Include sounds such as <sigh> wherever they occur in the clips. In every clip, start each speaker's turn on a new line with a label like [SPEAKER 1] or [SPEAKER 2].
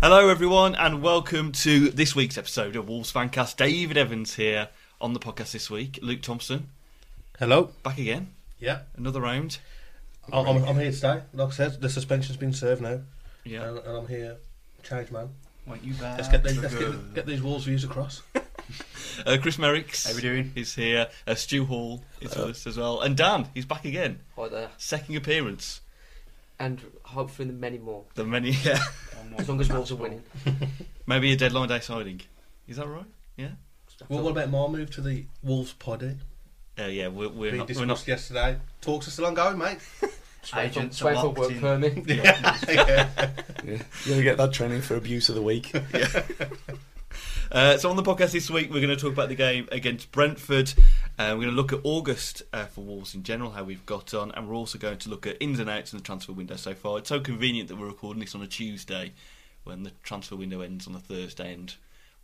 [SPEAKER 1] Hello, everyone, and welcome to this week's episode of Wolves Fancast. David Evans here on the podcast this week. Luke Thompson
[SPEAKER 2] Hello.
[SPEAKER 1] back again,
[SPEAKER 2] Yeah,
[SPEAKER 1] another round.
[SPEAKER 2] I'm, I'm, I'm here today. Like I said, the suspension's been served now,
[SPEAKER 1] Yeah,
[SPEAKER 2] and, and I'm here. Change man.
[SPEAKER 1] wait, you back?
[SPEAKER 2] Let's get these, let's get, get these Wolves
[SPEAKER 1] <laughs>
[SPEAKER 2] views across.
[SPEAKER 1] Uh, Chris Merricks.
[SPEAKER 3] How we doing?
[SPEAKER 1] Is here. Uh, Stu Hall is with us as well, and Dan. He's back again.
[SPEAKER 4] Hi there.
[SPEAKER 1] Second appearance.
[SPEAKER 4] And hopefully many more.
[SPEAKER 1] The many. Yeah.
[SPEAKER 4] As long as Wolves are winning.
[SPEAKER 1] <laughs> Maybe a deadline day siding. Is that right? Yeah.
[SPEAKER 2] well, what about my move to the Wolves poddy?
[SPEAKER 1] Uh, yeah, we're, we're,
[SPEAKER 2] We
[SPEAKER 1] not, we're
[SPEAKER 2] discussed
[SPEAKER 1] not.
[SPEAKER 2] yesterday. Talks are still ongoing, mate.
[SPEAKER 1] <laughs>
[SPEAKER 2] <laughs>
[SPEAKER 3] Agents
[SPEAKER 4] Wait
[SPEAKER 3] are
[SPEAKER 4] for
[SPEAKER 3] locked
[SPEAKER 4] work
[SPEAKER 3] in.
[SPEAKER 4] permit.
[SPEAKER 2] yeah.
[SPEAKER 5] Yeah. You're gonna get that training for abuse of
[SPEAKER 1] <laughs>
[SPEAKER 5] the week.
[SPEAKER 1] Uh, so on the podcast this week, we're going to talk about the game against Brentford. Uh, we're going to look at August uh, for Wolves in general, how we've got on, and we're also going to look at ins and outs in the transfer window so far. It's so convenient that we're recording this on a Tuesday, when the transfer window ends on a Thursday, and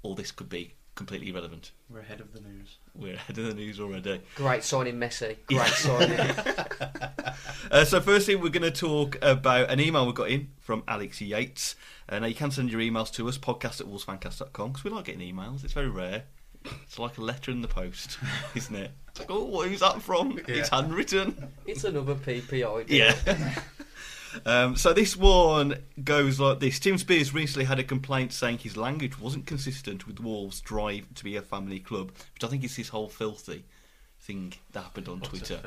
[SPEAKER 1] all this could be completely irrelevant.
[SPEAKER 3] We're ahead of the news.
[SPEAKER 1] We're ahead of the news already.
[SPEAKER 4] Great
[SPEAKER 2] <laughs>
[SPEAKER 4] signing, Messi. Great
[SPEAKER 1] Yeah.
[SPEAKER 4] signing.
[SPEAKER 1] Uh, so, firstly, we're going to talk about an email we got in from Alex Yates. Uh, now, you can send your emails to us, podcast at wolvesfancast.com, because we like getting emails. It's very rare. It's like a letter in the post, <laughs> isn't it? It's like, oh, who's that from? It's
[SPEAKER 2] Yeah.
[SPEAKER 1] handwritten.
[SPEAKER 4] <laughs> it's another PPI. deal.
[SPEAKER 1] Yeah. Um, so this one goes like this: Tim Spears recently had a complaint saying his language wasn't consistent with Wolves' drive to be a family club, which I think is this whole filthy thing that happened on Twitter.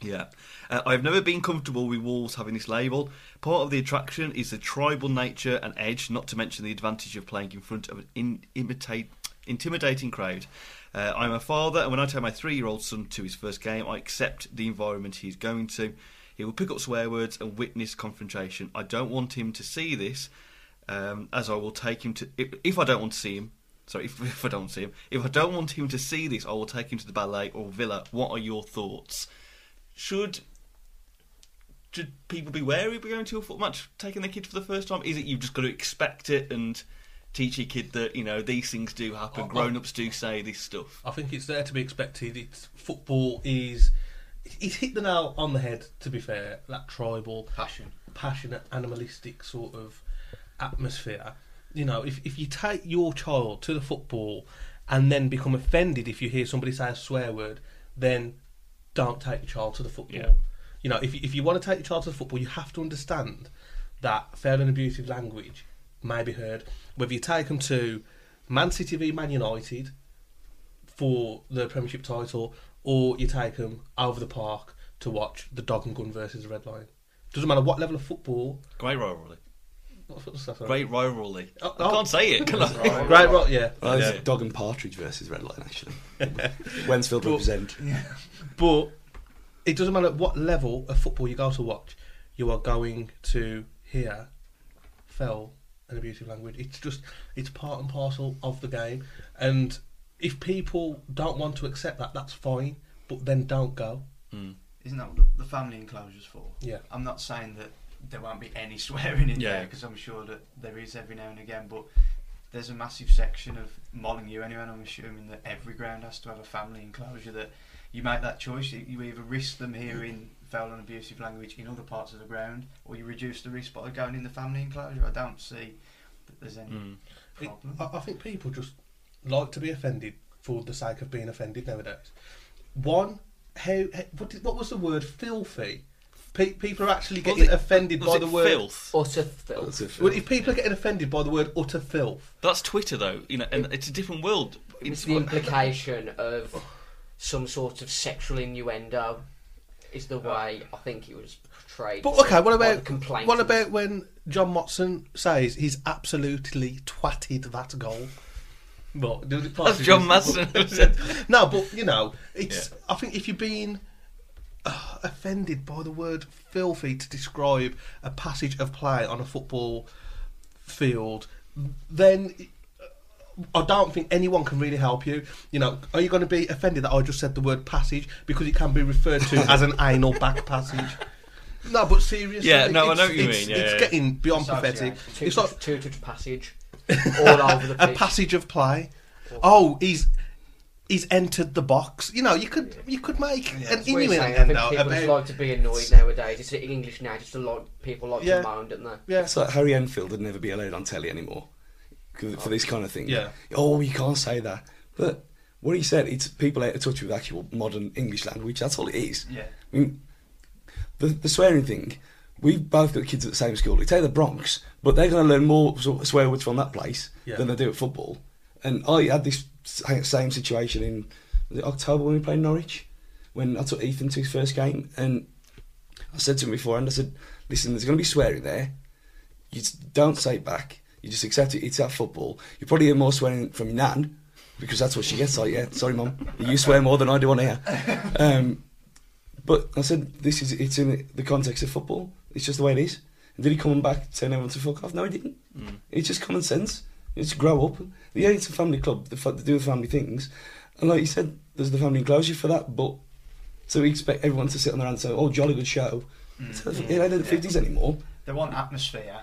[SPEAKER 1] Yeah. Uh, I've never been comfortable with Wolves having this label. Part of the attraction is the tribal nature and edge, not to mention the advantage of playing in front of an in- imitate- intimidating crowd. Uh, I'm a father, and when I take my three year old son to his first game, I accept the environment he's going to. He will pick up swear words and witness confrontation. I don't want him to see this, um, as I will take him to. If, if I don't want to see him, sorry, <laughs> if, if I don't want to see him, if I don't want him to see this, I will take him to the ballet or villa. What are your thoughts? should should people be wary of going to a football match, taking their kid for the first time? Is it you've just got to expect it and teach your kid that you know these things do happen?
[SPEAKER 2] Oh, oh.
[SPEAKER 1] Grown ups do say this stuff.
[SPEAKER 2] I think it's there to be expected. It's football is. He's hit the nail on the head. To be fair, that tribal
[SPEAKER 3] Passion.
[SPEAKER 2] passionate, animalistic sort of atmosphere. You know, if if you take your child to the football and then become offended if you hear somebody say a swear word, then don't take your child to the football.
[SPEAKER 1] Yeah.
[SPEAKER 2] You know, if you- if you want to take your child to the football, you have to understand that fair and abusive language may be heard. Whether you take them to Man City v Man United for the Premiership title, or you take them over the park to watch the Dog and Gun versus the Red Lion. Doesn't matter what level of football.
[SPEAKER 1] Great rivalry.
[SPEAKER 2] What's what's that? sorry?
[SPEAKER 1] Great rivalry.
[SPEAKER 2] Oh,
[SPEAKER 1] I
[SPEAKER 2] oh.
[SPEAKER 1] can't say it. Can I?
[SPEAKER 2] <laughs> Great, right, yeah.
[SPEAKER 5] Well, it's
[SPEAKER 1] Yeah.
[SPEAKER 5] Dog and Partridge versus Red Line,
[SPEAKER 2] <laughs>
[SPEAKER 5] actually. Wensfield represent.
[SPEAKER 2] But it doesn't matter what level of football you go to watch, you are going to hear foul and abusive language. It's just it's part and parcel of the game. And if people don't want to accept that, that's fine. But then don't go.
[SPEAKER 1] Hmm.
[SPEAKER 2] <laughs>
[SPEAKER 3] Isn't that what the family enclosure's for?
[SPEAKER 2] Yeah.
[SPEAKER 3] I'm not saying that there won't be any <laughs> swearing in
[SPEAKER 1] Yeah.
[SPEAKER 3] there because I'm sure that there is every now and again, but there's a massive section of Molyneux anyway, and I'm assuming that every ground has to have a family enclosure that you make that choice. You- You either risk them hearing foul and abusive language in other parts of the ground, or you reduce the risk by going in the family enclosure. I don't see that there's any
[SPEAKER 1] Mm.
[SPEAKER 2] It-
[SPEAKER 3] problem.
[SPEAKER 2] I, I think people just like to be offended for the sake of being offended nowadays. One, how, how- what, did, what was the word? Filthy. Pe- people are actually
[SPEAKER 1] Was
[SPEAKER 2] getting
[SPEAKER 1] it-
[SPEAKER 2] offended
[SPEAKER 1] Was
[SPEAKER 2] by
[SPEAKER 1] it
[SPEAKER 2] the word.
[SPEAKER 1] filth?
[SPEAKER 4] Utter filth.
[SPEAKER 5] That's if-
[SPEAKER 2] Well, if people are getting offended by the word utter filth,
[SPEAKER 1] That's Twitter though, you know, and it's a different world.
[SPEAKER 4] It's
[SPEAKER 1] It's
[SPEAKER 4] the implication of
[SPEAKER 2] Oh.
[SPEAKER 4] some sort of sexual innuendo is the way I think it was portrayed.
[SPEAKER 2] but okay, what
[SPEAKER 4] by the
[SPEAKER 2] about
[SPEAKER 4] complainant.
[SPEAKER 2] what about when John Watson says he's absolutely twatted that goal? What?
[SPEAKER 1] <laughs> That's John Madsen who said.
[SPEAKER 2] <laughs> No, but you know, it's. I think if you've been uh, offended by the word "filthy" to describe a passage of play on a football field, then uh, I don't think anyone can really help you. You know, are you going to be offended that I just said the word "passage" because it can be referred to as an anal
[SPEAKER 1] <laughs>
[SPEAKER 2] back passage? No, but seriously,
[SPEAKER 1] Yeah, no, I
[SPEAKER 2] it's-
[SPEAKER 1] know what you
[SPEAKER 2] it's-
[SPEAKER 1] mean, yeah,
[SPEAKER 2] it's
[SPEAKER 1] yeah.
[SPEAKER 2] getting beyond
[SPEAKER 3] Besides,
[SPEAKER 2] pathetic.
[SPEAKER 3] yeah,
[SPEAKER 4] Two
[SPEAKER 2] It's
[SPEAKER 4] touch,
[SPEAKER 2] like
[SPEAKER 4] two
[SPEAKER 2] <laughs>
[SPEAKER 4] touch passage all over the
[SPEAKER 2] a
[SPEAKER 4] pitch.
[SPEAKER 2] passage of play. Oh, he's he's entered the box. You know, you could you could make
[SPEAKER 3] Yeah,
[SPEAKER 2] an
[SPEAKER 3] that's
[SPEAKER 4] We're
[SPEAKER 2] innuendo
[SPEAKER 4] saying, I think
[SPEAKER 2] about
[SPEAKER 4] people just like to be annoyed nowadays. It's in English now, just a lot people like
[SPEAKER 2] Yeah.
[SPEAKER 4] to moan, don't they? <laughs>
[SPEAKER 2] yeah.
[SPEAKER 5] It's like Harry Enfield would never be allowed on telly anymore 'cause- for this kind of thing.
[SPEAKER 2] Yeah.
[SPEAKER 5] Oh, you can't say that. But what he said, it's people out of touch with actual modern English language. That's all it is.
[SPEAKER 3] Yeah.
[SPEAKER 5] I mean, the, the swearing thing. We've both got kids at the same school. It's out of the Bronx, but they're going to learn more sort of swear words from that place
[SPEAKER 2] Yeah.
[SPEAKER 5] than they do at football. And I had this s- same situation in was it October when we played Norwich, when I took Ethan to his first game, and I said to him beforehand, I said, "Listen, there's going to be swearing there. You just don't say it back. You just accept it. It's at football. You probably hear more swearing from your nan because that's what she gets like. Yeah, sorry, mum. You swear more than I do on here. Um, but I said, this is it's in the context of football. It's just the way it is. And did he come back telling everyone to fuck off? No, he didn't.
[SPEAKER 1] Mm.
[SPEAKER 5] It's just common sense. It's grow up. Yeah, it's a family club. The fa- they do the family things. And like you said, there's the family enclosure for that. But so we expect everyone to sit on their hands and say, oh, jolly good show.
[SPEAKER 1] Mm.
[SPEAKER 5] It's- It ain't in the
[SPEAKER 3] Yeah.
[SPEAKER 5] fifties anymore.
[SPEAKER 3] They want atmosphere,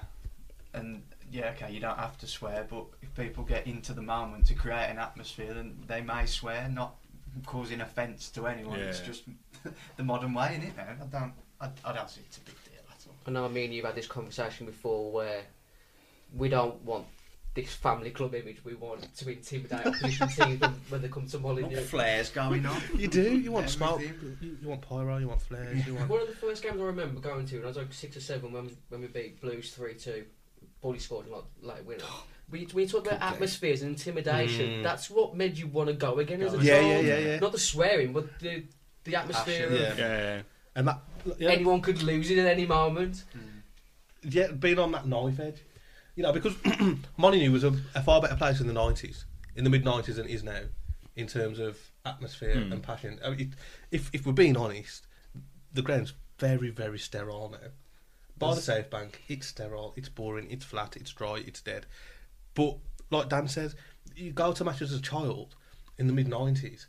[SPEAKER 3] and yeah, okay, you don't have to swear, but if people get into the moment to create an atmosphere, then they may swear, not causing offence to anyone. It's
[SPEAKER 1] Yeah.
[SPEAKER 3] just <laughs> the modern way, in it now. I don't, I, I don't see it's a big deal at all.
[SPEAKER 4] I know me and you've had this conversation before where we don't want this family club image. We want to
[SPEAKER 2] <laughs>
[SPEAKER 4] intimidate opposition teams when- when they come to Molyneux.
[SPEAKER 3] flares going on.
[SPEAKER 2] You do. You want smoke.
[SPEAKER 3] Everything.
[SPEAKER 2] You, you want pyro. You want flares. You want.
[SPEAKER 4] One of the first games I remember going to, and I was like six or seven when we, when we beat Blues three two. Bully scored a lot, like
[SPEAKER 2] <gasps>
[SPEAKER 4] winner. When you, when you talk about
[SPEAKER 5] Good game.
[SPEAKER 4] atmospheres and intimidation,
[SPEAKER 2] Mm.
[SPEAKER 4] that's what made you want to go again as a
[SPEAKER 2] Yeah, yeah,
[SPEAKER 4] child.
[SPEAKER 2] yeah, yeah.
[SPEAKER 4] Not the swearing, but the the atmosphere.
[SPEAKER 3] Passion,
[SPEAKER 4] of
[SPEAKER 2] yeah.
[SPEAKER 1] Yeah.
[SPEAKER 2] And that. Yeah,
[SPEAKER 4] Anyone could lose it at any moment.
[SPEAKER 3] Mm.
[SPEAKER 2] yeah, being on that knife edge. You know, because <clears throat> Molyneux was a, a far better place in the 90s, in the mid 90s than it is now, in terms of atmosphere
[SPEAKER 1] Hmm.
[SPEAKER 2] and passion. I mean, it, if, if we're being honest, the ground's very, very sterile now. By the South Bank, it's sterile, it's boring, it's flat, it's dry, it's dead. But, like Dan says, you go to matches as a child in the mid 90s,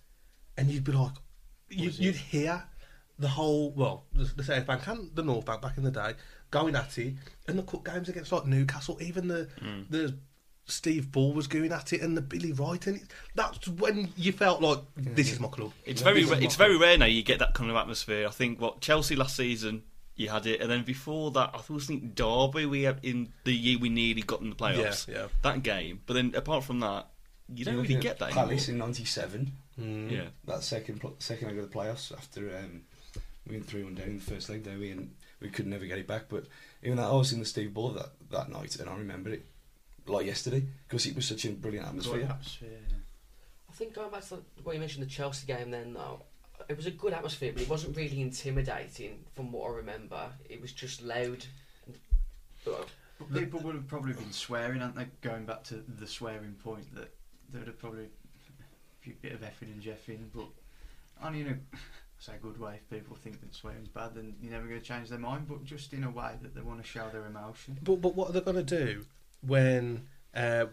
[SPEAKER 2] and you'd be like, you, you'd hear the whole, well, the, the South Bank and the North Bank back in the day going at it, and the cup games against like Newcastle, even the
[SPEAKER 1] Mm.
[SPEAKER 2] the Steve Ball was going at it, and the Billy Wright, and it, that's when you felt like this is my club.
[SPEAKER 1] It's very ra- it's very rare now you get that kind of atmosphere. I think what Chelsea last season you had it, and then before that I was think Derby we had in the year we nearly got in the playoffs.
[SPEAKER 2] Yeah, yeah.
[SPEAKER 1] That game, but then apart from that, you don't really get that.
[SPEAKER 5] Palace
[SPEAKER 1] anymore.
[SPEAKER 5] in '97.
[SPEAKER 1] Yeah,
[SPEAKER 5] that second pl- second leg of the playoffs after um, we went three one down in the first leg, didn't we? And we could never get it back. But even that, I was in the Steve Ball that that night, and I remember it like yesterday because it was such a brilliant
[SPEAKER 3] Oh,
[SPEAKER 5] atmosphere.
[SPEAKER 3] Atmosphere.
[SPEAKER 4] I think going back to the- what you mentioned, the Chelsea game then, though, it was a good atmosphere, but it wasn't really intimidating from what I remember. It was just loud. and- But
[SPEAKER 3] But people would have probably been swearing, aren't they? Going back to the swearing point, that there would have probably a few bit of effing and jeffing, but I mean, in a say a good way, if people think that swearing's bad, then you're never going to change their mind, but just in a way that they want to show their emotion.
[SPEAKER 2] But but what are they going to do when uh,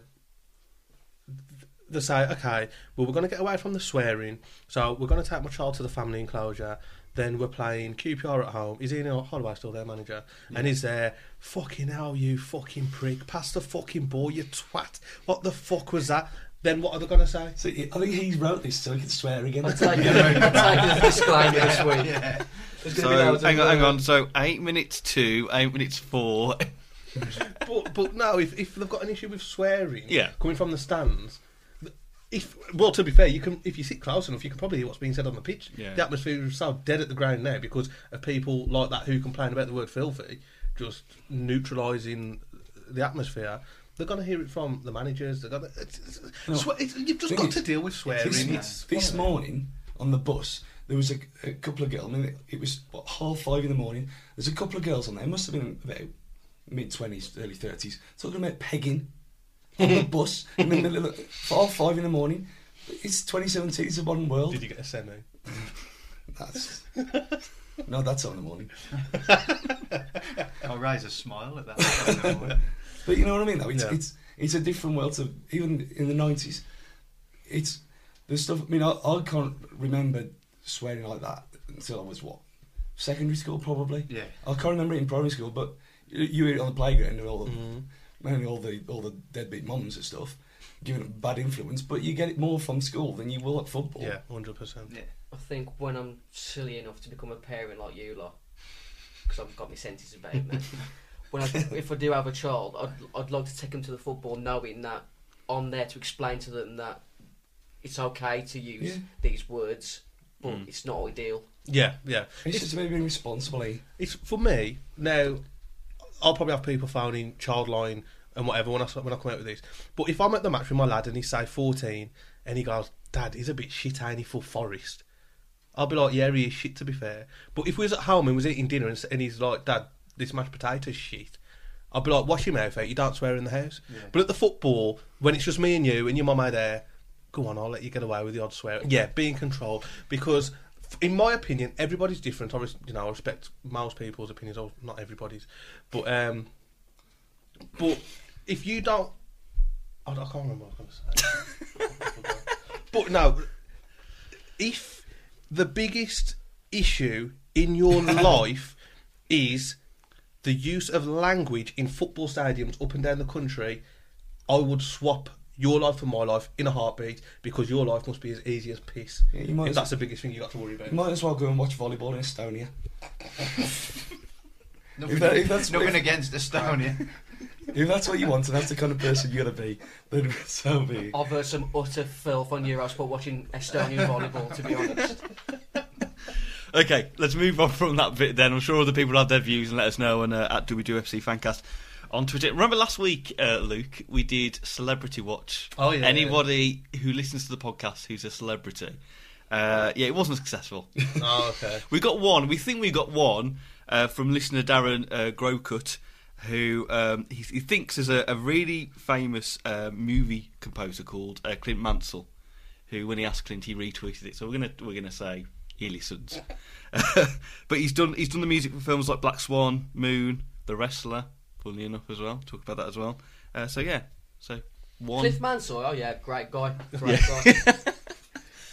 [SPEAKER 2] they say, okay, well we're going to get away from the swearing, so we're going to take my child to the family enclosure. Then we're playing QPR at home. Is Ian Holloway still their manager? And he's there, fucking hell, you fucking prick. Pass the fucking ball, you twat. What the fuck was that? Then what are they going to say?
[SPEAKER 5] So yeah, I think he wrote this so he could swear again.
[SPEAKER 4] I'll take it as a disclaimer this week.
[SPEAKER 3] Yeah.
[SPEAKER 4] There's gonna be
[SPEAKER 1] So
[SPEAKER 4] loads of,
[SPEAKER 1] hang on, hang
[SPEAKER 4] uh,
[SPEAKER 1] on. So eight minutes two, eight minutes four.
[SPEAKER 2] but but no, if, if they've got an issue with swearing,
[SPEAKER 1] Yeah.
[SPEAKER 2] coming from the stands, if well, to be fair, you can if you sit close enough, you can probably hear what's being said on the pitch.
[SPEAKER 1] Yeah.
[SPEAKER 2] The atmosphere is so dead at the ground now because of people like that who complain about the word filthy, just neutralising the atmosphere. They're going to hear it from the managers. They're going to. It's, it's, swe- it's- you've just
[SPEAKER 5] Thing
[SPEAKER 2] got
[SPEAKER 5] is-
[SPEAKER 2] to deal with swearing.
[SPEAKER 5] This,
[SPEAKER 2] It's
[SPEAKER 5] this morning on the bus, there was a, a couple of girls. I mean, it, it was what, half five in the morning. There's a couple of girls on there. Must have been about mid twenties, early thirties, talking about pegging on the bus in the middle of the, half five in the morning. It's 2017. It's a modern world.
[SPEAKER 2] Did you get a semi?
[SPEAKER 5] That's no, that's on the morning.
[SPEAKER 3] I'll raise a smile
[SPEAKER 1] <laughs>
[SPEAKER 3] at that.
[SPEAKER 5] But you know what I mean, though. It's
[SPEAKER 2] Yeah.
[SPEAKER 5] it's it's a different world to even in the nineties. It's the stuff. I mean, I, I can't remember swearing like that until I was what secondary school probably.
[SPEAKER 3] yeah.
[SPEAKER 2] Mm-hmm.
[SPEAKER 5] I can't remember it in primary school, but you, you hear it on the playground and all. mainly all the all the deadbeat mums and stuff, giving them bad influence. But you get it more from school than you will at football.
[SPEAKER 2] Yeah, hundred percent.
[SPEAKER 3] Yeah.
[SPEAKER 4] I think when I'm silly enough to become a parent like you lot, because I've got my senses about me, when I, if I do have a child, I'd, I'd like to take them to the football knowing that I'm there to explain to them that it's okay to use
[SPEAKER 5] Yeah.
[SPEAKER 4] these words, but
[SPEAKER 1] Mm.
[SPEAKER 4] it's not ideal.
[SPEAKER 2] Yeah, yeah.
[SPEAKER 5] It's just about being responsible. eh?
[SPEAKER 2] It's for me now. I'll probably have people phoning Childline and whatever when I when I come out with these. But if I'm at the match with my lad and he's say 14 and he goes, "Dad, he's a bit shit, ain't he, for Forest?" I'll be like, "Yeah, he is shit to be fair." But if we was at home and was eating dinner and, s- and he's like, "Dad, this mashed potato's shit," I'll be like, "Wash your mouth out. You don't swear in the house."
[SPEAKER 3] Yeah.
[SPEAKER 2] But at the football, when it's just me and you and your mum are there, go on, I'll let you get away with the odd swear. Yeah, be in control because, f- in my opinion, everybody's different. I res- you know I respect most people's opinions, or not everybody's, but um, but if you don't, I, don't- I can't remember what I was going to say. but no, if the biggest issue in your life is the use of language in football stadiums up and down the country, I would swap your life for my life in a heartbeat because your life must be as easy as piss.
[SPEAKER 5] Yeah, you might
[SPEAKER 2] if
[SPEAKER 5] as-
[SPEAKER 2] that's the biggest thing you got to worry about.
[SPEAKER 5] You might as well go and watch volleyball in Estonia.
[SPEAKER 3] Nothing,
[SPEAKER 5] that- if that's-
[SPEAKER 3] nothing
[SPEAKER 5] if-
[SPEAKER 3] against
[SPEAKER 5] <laughs>
[SPEAKER 3] Estonia.
[SPEAKER 5] If that's what you want, and that's the kind of person you gotta be, then <laughs> so be. it.
[SPEAKER 4] I've heard some utter filth on Eurosport watching Estonian volleyball, to be honest.
[SPEAKER 1] Okay, let's move on from that bit then. I'm sure other people have their views and let us know and uh, at Do We Do FC Fancast on Twitter. Remember last week, uh, Luke, we did Celebrity Watch.
[SPEAKER 2] Oh, yeah,
[SPEAKER 1] Anybody who listens to the podcast who's a celebrity. Uh, yeah, it wasn't
[SPEAKER 2] <laughs>
[SPEAKER 1] successful.
[SPEAKER 2] oh, okay.
[SPEAKER 1] we got one. We think we got one uh, from listener Darren uh, Growcut, who um, he, he thinks is a, a really famous uh, movie composer called uh, Clint Mansell. Who, when he asked Clint, he retweeted it. So we're gonna we're gonna say he listens. <laughs> but he's done he's done the music for films like Black Swan, Moon, The Wrestler. Funnily enough, as well, talk about that as well. Uh, so yeah, so <laughs> one.
[SPEAKER 4] Cliff Mansoy, oh yeah, great guy, great
[SPEAKER 1] <laughs>
[SPEAKER 4] guy.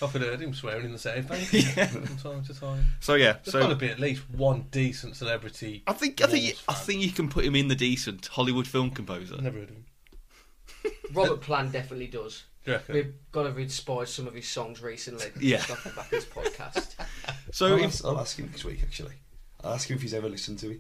[SPEAKER 2] I've heard him swearing in the same thing from time to time.
[SPEAKER 1] So yeah,
[SPEAKER 2] There's
[SPEAKER 1] so
[SPEAKER 2] got to be at least one decent celebrity.
[SPEAKER 1] I think I think
[SPEAKER 2] Wolves
[SPEAKER 1] I
[SPEAKER 2] fan.
[SPEAKER 1] think you can put him in the decent Hollywood film composer.
[SPEAKER 2] I've never heard of him.
[SPEAKER 4] Robert Plan definitely does.
[SPEAKER 2] Do you reckon?
[SPEAKER 4] We've got to inspired some of his songs recently.
[SPEAKER 1] Yeah.
[SPEAKER 4] Just off the back of this podcast.
[SPEAKER 1] <laughs> So
[SPEAKER 5] I'll,
[SPEAKER 1] if,
[SPEAKER 5] ask, I'll ask him next week. Actually, I'll ask him if he's ever listened to it.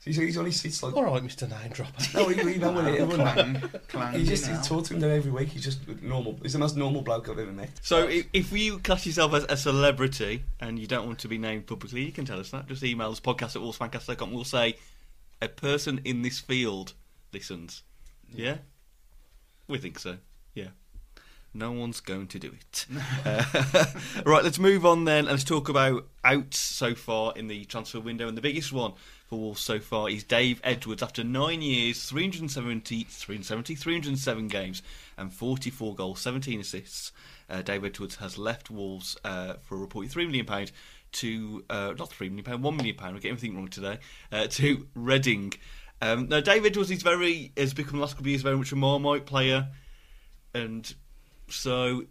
[SPEAKER 5] So he's, he's only it's like
[SPEAKER 1] Oh,
[SPEAKER 2] All right, Mr. Name
[SPEAKER 3] <laughs>
[SPEAKER 2] Dropper.
[SPEAKER 5] no, he, he, no, he, he,
[SPEAKER 3] Uh, clang, clang.
[SPEAKER 5] he just
[SPEAKER 3] you
[SPEAKER 5] he
[SPEAKER 3] know.
[SPEAKER 5] talks to him there every week. He's just normal. He's the most normal bloke I've ever met.
[SPEAKER 1] So if, if you class yourself as a celebrity and you don't want to be named publicly, you can tell us that. Just email us podcast at wolfsfancast.com. We'll say a person in this field listens. Yeah, we think so. Yeah, no one's going to do it. <laughs> Uh, right, let's move on then and let's talk about outs so far in the transfer window. And the biggest one for Wolves so far is Dave Edwards after nine years, 370, 370 307 games, and 44 goals, 17 assists. Uh, Dave Edwards has left Wolves uh, for a reported £3 million pound to, uh, not £3 million, pound, £1 million, pound, I get everything wrong today, uh, <laughs> to Reading. Um, now, Dave Edwards is very, has become the last couple of years very much a Marmite player. And so,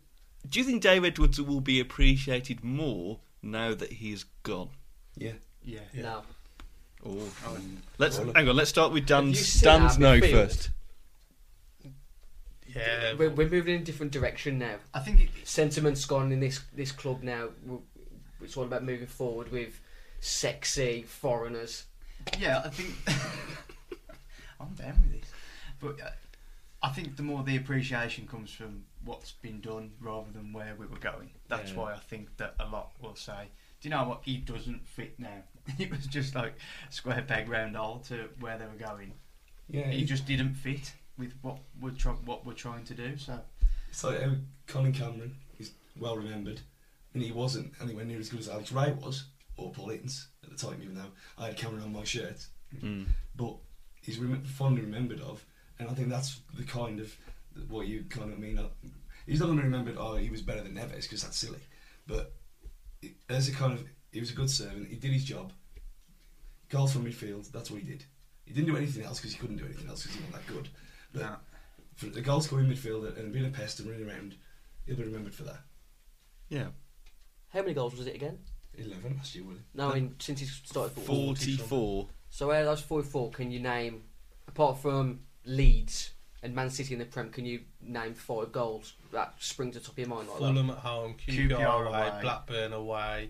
[SPEAKER 1] do you think Dave Edwards will be appreciated more now that he's gone?
[SPEAKER 5] Yeah,
[SPEAKER 3] Yeah.
[SPEAKER 4] Now,
[SPEAKER 1] Oh,
[SPEAKER 3] Oh,
[SPEAKER 1] let's
[SPEAKER 5] Well,
[SPEAKER 1] hang on. Let's start with
[SPEAKER 4] Have you
[SPEAKER 1] Dan's.
[SPEAKER 4] seen
[SPEAKER 1] Dan's
[SPEAKER 4] our
[SPEAKER 1] no
[SPEAKER 4] midfield?
[SPEAKER 1] first.
[SPEAKER 2] Yeah.
[SPEAKER 4] we're, we're moving in a different direction now.
[SPEAKER 3] I think it,
[SPEAKER 4] Sentiment's gone in this this club now. W- It's all about moving forward with sexy foreigners.
[SPEAKER 3] Yeah, I think <laughs> I'm down with this, but uh, I think the more the appreciation comes from what's been done rather than where we were going. That's
[SPEAKER 1] Yeah.
[SPEAKER 3] why I think that a lot will say, "Do you know what? He doesn't fit now." <laughs> it was just like square peg round hole to where they were going.
[SPEAKER 5] yeah.
[SPEAKER 3] He
[SPEAKER 5] he-
[SPEAKER 3] just didn't fit with what we're try- what we're trying to do. So
[SPEAKER 5] It's like how um, Colin Cameron is well remembered, and he wasn't anywhere near as good as Alex Wright was or Paul Higgins at the time. Even though I had Cameron on my shirt,
[SPEAKER 1] Mm.
[SPEAKER 5] but he's rem- fondly remembered of, and I think that's the kind of what you kind of mean. uh, He's not going to be remembered. Oh, he was better than Neves because that's silly. But it- as a kind of, he was a good servant. He did his job. Goals from midfield. That's what he did. He didn't do anything else because he couldn't do anything else because he wasn't that good. But
[SPEAKER 3] no.
[SPEAKER 5] for the goal scoring midfielder and being a pest and running around, he'll be remembered for that.
[SPEAKER 1] Yeah,
[SPEAKER 4] How many goals was it again?
[SPEAKER 5] Eleven last year, wasn't
[SPEAKER 4] No, in since he started football.
[SPEAKER 1] forty-four.
[SPEAKER 4] So out of those 44, can you name, apart from Leeds and Man City in the Prem, can you name five goals that spring to the top of your mind like that?
[SPEAKER 2] Fulham at home, QPR,
[SPEAKER 3] QPR
[SPEAKER 2] away,
[SPEAKER 3] away.
[SPEAKER 2] Blackburn away.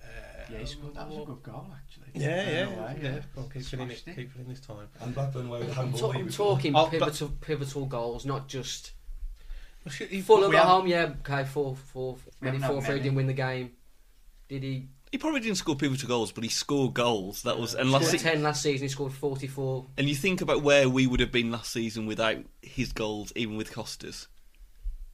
[SPEAKER 2] Uh,
[SPEAKER 3] Yeah, he scored. That was a good goal, actually.
[SPEAKER 2] Yeah, yeah,
[SPEAKER 3] Away,
[SPEAKER 2] yeah. Go on, keep filling it,
[SPEAKER 3] Smashed it.
[SPEAKER 2] keep filling this time.
[SPEAKER 5] And Blackburn away with
[SPEAKER 4] I'm,
[SPEAKER 5] handball.
[SPEAKER 4] ta- I'm talking
[SPEAKER 2] Oh, but-
[SPEAKER 4] pivotal, pivotal goals, not just
[SPEAKER 2] Well, shit, he-
[SPEAKER 4] Fulham
[SPEAKER 2] we
[SPEAKER 4] at
[SPEAKER 2] have-
[SPEAKER 4] home. Yeah, okay, four, four,
[SPEAKER 3] We
[SPEAKER 4] maybe
[SPEAKER 3] haven't had
[SPEAKER 4] four, three
[SPEAKER 3] many.
[SPEAKER 4] didn't win the game. Did he?
[SPEAKER 1] He probably didn't score pivotal goals, but he scored goals. That was and
[SPEAKER 4] Scored
[SPEAKER 1] last se-
[SPEAKER 4] ten last season. He scored forty-four.
[SPEAKER 1] and you think about where we would have been last season without his goals, even with Costa's.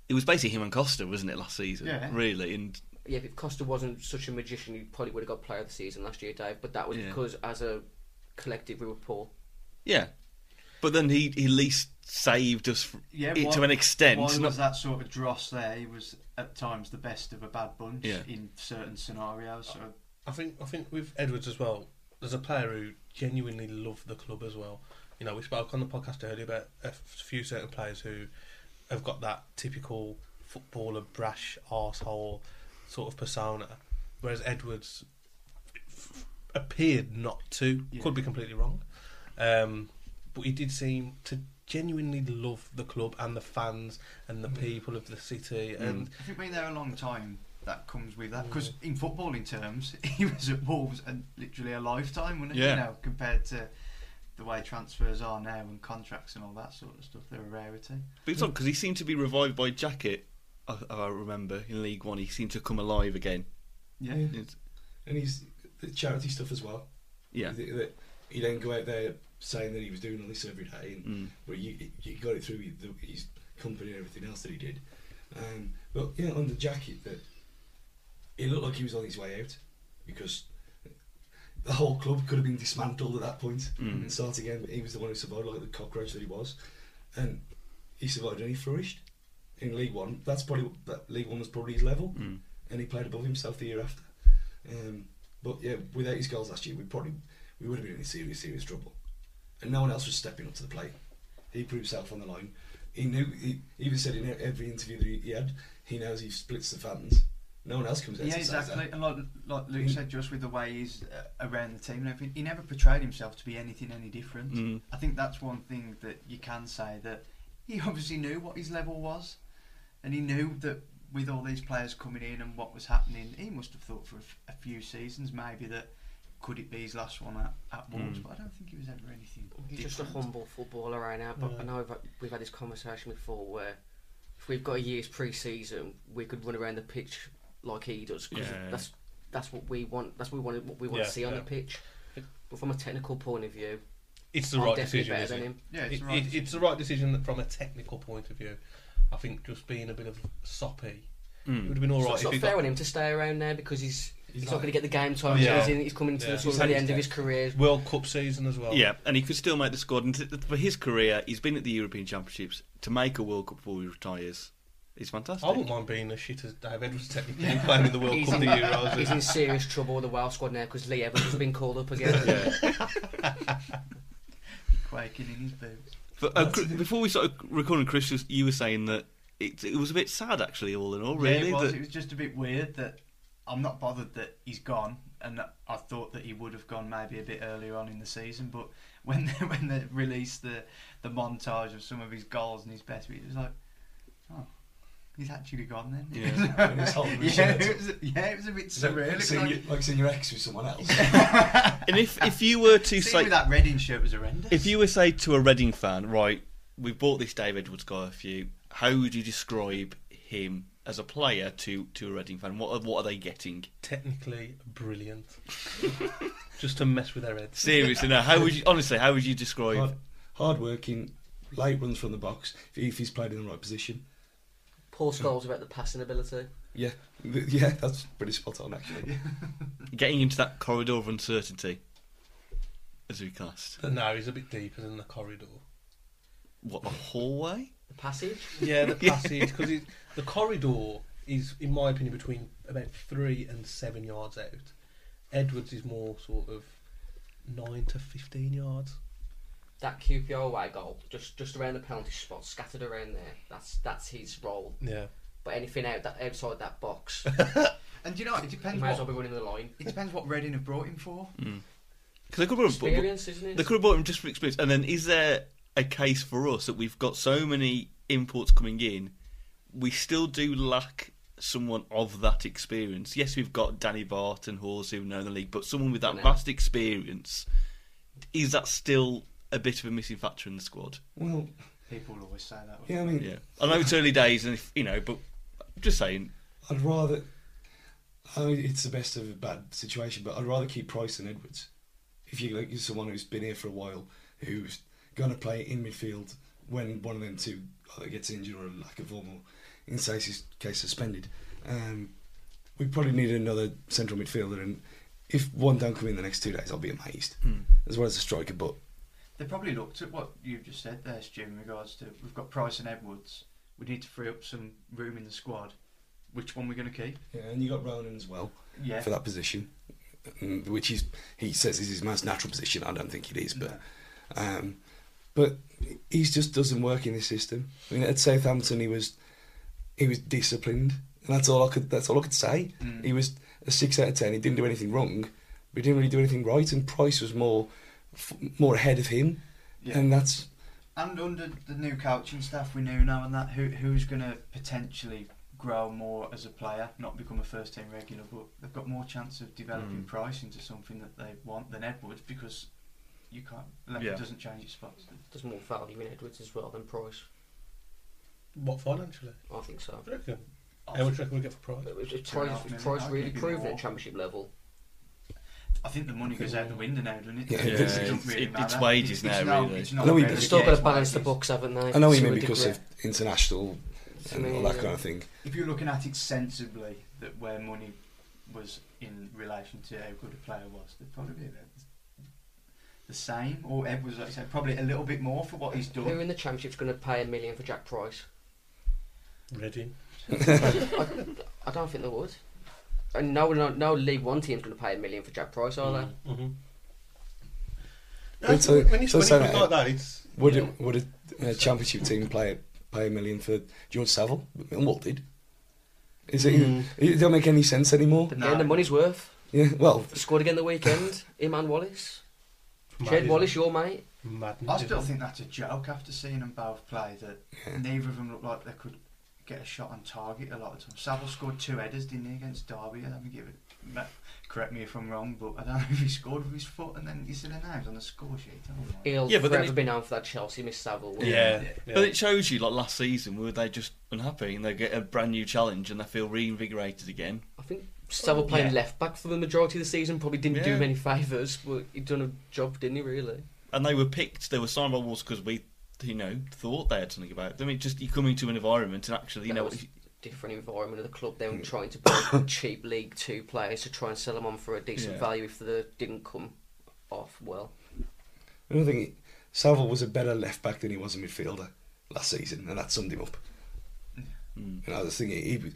[SPEAKER 1] It was basically him and Costa, wasn't it, last season?
[SPEAKER 3] Yeah.
[SPEAKER 1] Really, and
[SPEAKER 4] Yeah, if Costa wasn't such a magician, he probably would have got Player of the Season last year, Dave. But that was
[SPEAKER 1] Yeah.
[SPEAKER 4] because as a collective, we were poor.
[SPEAKER 1] yeah, but then he he at least saved us fr-
[SPEAKER 3] Yeah,
[SPEAKER 1] it
[SPEAKER 3] why-
[SPEAKER 1] to an extent.
[SPEAKER 3] Why
[SPEAKER 1] not-
[SPEAKER 3] was that sort of dross there? He was at times the best of a bad bunch
[SPEAKER 1] Yeah.
[SPEAKER 3] in certain scenarios. So
[SPEAKER 2] I think I think with Edwards as well. There's a player who genuinely loved the club as well. You know, we spoke on the podcast earlier about a f- few certain players who have got that typical footballer, brash arsehole sort of persona, whereas Edwards f- appeared not to.
[SPEAKER 3] Yeah.
[SPEAKER 2] Could be completely wrong, um, but he did seem to genuinely love the club and the fans and the
[SPEAKER 4] Mm.
[SPEAKER 2] people of the city and
[SPEAKER 3] I think being there a long time that comes with that because in footballing terms, <laughs> he was at Wolves and literally a lifetime, wasn't it?
[SPEAKER 1] Yeah.
[SPEAKER 3] You know, compared to the way transfers are now and contracts and all that sort of stuff, they're a rarity.
[SPEAKER 1] But it's not because he seemed to be revived by Jacket. I, I remember in League One, he seemed to come alive again.
[SPEAKER 3] Yeah.
[SPEAKER 5] Yeah.
[SPEAKER 1] It's-
[SPEAKER 5] And he's the charity stuff as well.
[SPEAKER 1] yeah.
[SPEAKER 5] That- that he didn't go out there saying that he was doing all this every day, and,
[SPEAKER 1] Mm.
[SPEAKER 5] but you, you got it through with the, his company and everything else that he did. Um, but yeah, on the jacket, that it looked like he was on his way out because the whole club could have been dismantled at that point
[SPEAKER 1] Mm.
[SPEAKER 5] and start again. But he was the one who survived, like the cockroach that he was, and he survived and he flourished in League One. That's probably that League One was probably his level
[SPEAKER 1] Mm.
[SPEAKER 5] and he played above himself the year after. Um, but yeah, without his goals last year, we probably we would have been in serious, serious trouble. And no one else was stepping up to the plate. He proved himself on the line. He knew. He he even said in every interview that he, he had, he knows he splits the fans. No one else comes out.
[SPEAKER 3] Yeah,
[SPEAKER 5] and says that.
[SPEAKER 3] exactly. And like, like Luke
[SPEAKER 5] Mm.
[SPEAKER 3] said, just with the way he's uh, around the team and everything, he never portrayed himself to be anything any different.
[SPEAKER 1] Mm.
[SPEAKER 3] I think that's one thing that you can say that he <laughs> obviously knew what his level was, and he knew that with all these players coming in and what was happening, he must have thought for a, f- a few seasons maybe that could it be his last one at, at Wolves,
[SPEAKER 1] Mm.
[SPEAKER 3] but I don't think he was ever anything.
[SPEAKER 4] He's
[SPEAKER 3] different.
[SPEAKER 4] just a humble footballer right now. But
[SPEAKER 2] Yeah.
[SPEAKER 4] I know we've had, we've had this conversation before where if we've got a year's pre-season, we could run around the pitch like he does 'cause
[SPEAKER 1] Yeah.
[SPEAKER 4] that's that's what we want. That's what we want. What we want
[SPEAKER 2] Yeah,
[SPEAKER 4] to see on
[SPEAKER 2] yeah.
[SPEAKER 4] the pitch. But from a technical point of view,
[SPEAKER 2] it's the
[SPEAKER 4] I'm
[SPEAKER 2] right
[SPEAKER 4] definitely
[SPEAKER 2] decision.
[SPEAKER 4] better
[SPEAKER 2] isn't it?
[SPEAKER 4] than him.
[SPEAKER 3] Yeah, it's
[SPEAKER 2] it,
[SPEAKER 3] the right.
[SPEAKER 2] it, it's the right decision that from a technical point of view. I think just being a bit of soppy, it would
[SPEAKER 1] Mm.
[SPEAKER 2] have been all
[SPEAKER 4] So
[SPEAKER 2] right
[SPEAKER 4] it's
[SPEAKER 2] if
[SPEAKER 4] not
[SPEAKER 2] he
[SPEAKER 4] fair
[SPEAKER 2] got.
[SPEAKER 4] on him to stay around there because he's he's, not
[SPEAKER 5] like-
[SPEAKER 4] going to get the game time.
[SPEAKER 2] Yeah.
[SPEAKER 4] He's, in, he's coming to
[SPEAKER 2] Yeah.
[SPEAKER 4] the, sort
[SPEAKER 5] He's
[SPEAKER 4] of
[SPEAKER 5] had
[SPEAKER 4] the
[SPEAKER 5] his
[SPEAKER 4] end
[SPEAKER 5] day.
[SPEAKER 4] of his career.
[SPEAKER 2] World Cup season as well.
[SPEAKER 1] Yeah, and he could still make the squad. And t- for his career, he's been at the European Championships to make a World Cup before he retires. It's fantastic.
[SPEAKER 2] I wouldn't mind being as shit as Dave Edwards <laughs> technically playing in the World Cup, the Euros.
[SPEAKER 4] He's
[SPEAKER 2] and-
[SPEAKER 4] in serious trouble with the Welsh squad now because Lee Evans has been called
[SPEAKER 2] <laughs>
[SPEAKER 4] up again.
[SPEAKER 3] quaking in his boots.
[SPEAKER 1] But uh, Chri- before we started recording, Chris, was- you were saying that it, it was a bit sad, actually, all in all, Oh, really.
[SPEAKER 3] Yeah, it was.
[SPEAKER 1] that-
[SPEAKER 3] It was just a bit weird that I'm not bothered that he's gone, and that I thought that he would have gone maybe a bit earlier on in the season. But <laughs> when they, when they released the the montage of some of his goals and his best, bits, it was like, oh, he's actually gone then.
[SPEAKER 1] Yeah,
[SPEAKER 3] <laughs>
[SPEAKER 5] and he's holding his
[SPEAKER 3] yeah,
[SPEAKER 5] shirt.
[SPEAKER 3] it was, yeah, it was a bit
[SPEAKER 5] It's like-
[SPEAKER 3] surreal. It was
[SPEAKER 5] seeing
[SPEAKER 3] like-
[SPEAKER 5] your, like seeing your ex with someone else.
[SPEAKER 3] <laughs>
[SPEAKER 1] and if, if you were to
[SPEAKER 3] seeing
[SPEAKER 1] say.
[SPEAKER 3] with that Reading shirt was horrendous.
[SPEAKER 1] If you were say to a Reading fan, right, we bought this Dave Edwards guy off you. How would you describe him as a player to, to a Reading fan? What are- what are they getting?
[SPEAKER 2] technically brilliant, <laughs> just to mess with their heads.
[SPEAKER 1] Seriously, no. How would you honestly? How would you describe?
[SPEAKER 5] hard, hard working, late runs from the box. If, if he's played in the right position,
[SPEAKER 4] Paul Scholes about the passing ability.
[SPEAKER 5] yeah, Th- <laughs> yeah, that's pretty spot on actually.
[SPEAKER 1] getting into that corridor of uncertainty as we cast
[SPEAKER 2] No, he's a bit deeper than the corridor.
[SPEAKER 1] what a hallway
[SPEAKER 4] The passage.
[SPEAKER 2] <laughs> Yeah, the passage because the corridor is, in my opinion, between about three and seven yards out. Edwards is more sort of nine to fifteen yards.
[SPEAKER 4] That QPR away goal, just just around the penalty spot, scattered around there. That's that's his role.
[SPEAKER 2] Yeah.
[SPEAKER 4] But anything out that outside that
[SPEAKER 5] <laughs>
[SPEAKER 4] box,
[SPEAKER 3] and you know, it
[SPEAKER 4] he
[SPEAKER 3] depends
[SPEAKER 4] may as well
[SPEAKER 3] what
[SPEAKER 4] be running the line.
[SPEAKER 3] it depends what Reading have brought him for.
[SPEAKER 1] Mm. because they could have brought,
[SPEAKER 4] Experience, isn't
[SPEAKER 1] they
[SPEAKER 4] it?
[SPEAKER 1] could have brought him just for experience and then is there a case for us that we've got so many imports coming in, we still do lack someone of that experience. Yes, we've got Danny Bart and Hawes who know the league, but someone with that
[SPEAKER 4] No.
[SPEAKER 1] vast experience, is that still a bit of a missing factor in the squad?
[SPEAKER 5] Well,
[SPEAKER 3] People will always say that. wouldn't
[SPEAKER 5] yeah, I
[SPEAKER 3] they?
[SPEAKER 5] mean,
[SPEAKER 1] Yeah, I know it's early days, and if, you know, but just saying,
[SPEAKER 5] I'd rather. I mean, it's the best of a bad situation, but I'd rather keep Price than Edwards. If you look at someone who's been here for a while, who's going to play in midfield when one of them two either gets injured or a lack of form, or in Sace's case, suspended, um, we probably need another central midfielder. And if one don't come in the next two days, I'll be amazed,
[SPEAKER 3] Hmm.
[SPEAKER 5] as well as a striker. But
[SPEAKER 3] They probably looked at what you've just said there, Stu, in regards to we've got Price and Edwards. We need to free up some room in the squad. Which one we're going to keep?
[SPEAKER 5] yeah, and you got Ronan as well
[SPEAKER 3] Yeah.
[SPEAKER 5] for that position, mm, which is he says is his most natural position. I don't think it is, but.
[SPEAKER 3] No.
[SPEAKER 5] Um, but he just doesn't work in this system. I mean, at Southampton, he was he was disciplined, and that's all I could that's all I could say.
[SPEAKER 3] Mm.
[SPEAKER 5] He was a six out of ten. He didn't do anything wrong, but he didn't really do anything right. And Price was more f- more ahead of him,
[SPEAKER 3] Yeah.
[SPEAKER 5] and that's
[SPEAKER 3] And under the new coaching staff we knew now and that, who who's going to potentially grow more as a player, not become a first team regular, but they've got more chance of developing
[SPEAKER 1] Mm.
[SPEAKER 3] Price into something that they want than Edwards because you can't. Left
[SPEAKER 1] Yeah.
[SPEAKER 3] doesn't change its spots.
[SPEAKER 4] There's more value in Edwards as well than Price.
[SPEAKER 2] What financially?
[SPEAKER 4] I think so.
[SPEAKER 2] Do you reckon?
[SPEAKER 1] Oh.
[SPEAKER 2] How much do you reckon we get for Price?
[SPEAKER 4] But If if
[SPEAKER 3] Two and a
[SPEAKER 4] Price,
[SPEAKER 3] half
[SPEAKER 4] if
[SPEAKER 3] million,
[SPEAKER 4] Price
[SPEAKER 3] I'd
[SPEAKER 4] really
[SPEAKER 3] give you
[SPEAKER 4] proven
[SPEAKER 3] more.
[SPEAKER 4] at championship level,
[SPEAKER 3] I think the money goes out the window now, doesn't it?
[SPEAKER 5] Yeah,
[SPEAKER 3] It
[SPEAKER 5] Yeah,
[SPEAKER 3] doesn't
[SPEAKER 1] it's-
[SPEAKER 3] really
[SPEAKER 1] it- it's
[SPEAKER 3] matter.
[SPEAKER 1] wages now,
[SPEAKER 3] not-
[SPEAKER 1] really.
[SPEAKER 3] it's not
[SPEAKER 5] I know we-
[SPEAKER 3] really
[SPEAKER 4] they've
[SPEAKER 5] They've
[SPEAKER 4] still
[SPEAKER 5] still
[SPEAKER 3] it's
[SPEAKER 4] got to balance
[SPEAKER 3] wages.
[SPEAKER 4] the books, haven't they?
[SPEAKER 5] I know
[SPEAKER 4] To
[SPEAKER 5] what you
[SPEAKER 4] a
[SPEAKER 5] mean because
[SPEAKER 4] degree.
[SPEAKER 5] of international
[SPEAKER 4] To
[SPEAKER 5] and
[SPEAKER 4] me,
[SPEAKER 5] all that
[SPEAKER 4] yeah.
[SPEAKER 5] kind of thing.
[SPEAKER 3] If you're looking at it sensibly, that where money was in relation to how good a player was, they'd probably be about the same. Or Edwards, like I said, probably a little bit more for what he's
[SPEAKER 4] Who
[SPEAKER 3] done.
[SPEAKER 4] in the championship's going to pay a million for Jack Price?
[SPEAKER 2] Reading.
[SPEAKER 4] I, I don't think they would. And no, no, no League One team's going to pay a million for Jack Price, are
[SPEAKER 3] Mm.
[SPEAKER 4] they?
[SPEAKER 2] Mm-hmm.
[SPEAKER 5] But so-
[SPEAKER 2] when you,
[SPEAKER 5] so
[SPEAKER 2] when you
[SPEAKER 5] say
[SPEAKER 2] put it
[SPEAKER 5] that-
[SPEAKER 2] like that, it's
[SPEAKER 5] Would it, would a, a championship team play pay a million for George Savile? Millwall did. Is it?
[SPEAKER 2] Mm.
[SPEAKER 5] It don't make any sense anymore.
[SPEAKER 4] They're
[SPEAKER 3] No.
[SPEAKER 4] getting the money's worth.
[SPEAKER 5] Yeah. Well,
[SPEAKER 4] Scored again the weekend. Iman Wallace. Chad
[SPEAKER 2] madness.
[SPEAKER 4] Wallace, your mate.
[SPEAKER 2] Madness.
[SPEAKER 3] I still think that's a joke after seeing them both play. That neither of them looked like they could get a shot on target a lot of times. Savile scored two headers, didn't he, against Derby? I don't think it would, ma- correct me if I'm wrong, but I don't know if he scored with his foot and then he said a knives on the score sheet. Oh my.
[SPEAKER 4] He'll
[SPEAKER 1] Yeah, but then
[SPEAKER 4] forever
[SPEAKER 1] it-
[SPEAKER 4] be known for that Chelsea miss Savile. won't he?
[SPEAKER 2] Yeah. yeah.
[SPEAKER 1] But it shows you, like last season, were they just unhappy and they get a brand new challenge and they feel reinvigorated again?
[SPEAKER 4] I think Savile playing
[SPEAKER 3] yeah.
[SPEAKER 4] left back for the majority of the season probably didn't do
[SPEAKER 1] Yeah.
[SPEAKER 4] him any favours, but he'd done a job, didn't he, really?
[SPEAKER 1] And they were picked, they were signed by Wolves because we, you know, thought they had something about them. It just, you come into an environment and actually, you Hmm.
[SPEAKER 4] That
[SPEAKER 1] know,
[SPEAKER 4] was different environment of the club. They were trying to buy <coughs> cheap League Two players to try and sell them on for a decent
[SPEAKER 1] Yeah.
[SPEAKER 4] value if they didn't come off well.
[SPEAKER 5] I don't think Savile was a better left back than he was a midfielder last season, and that summed him up.
[SPEAKER 1] Mm.
[SPEAKER 5] And I was thinking he was-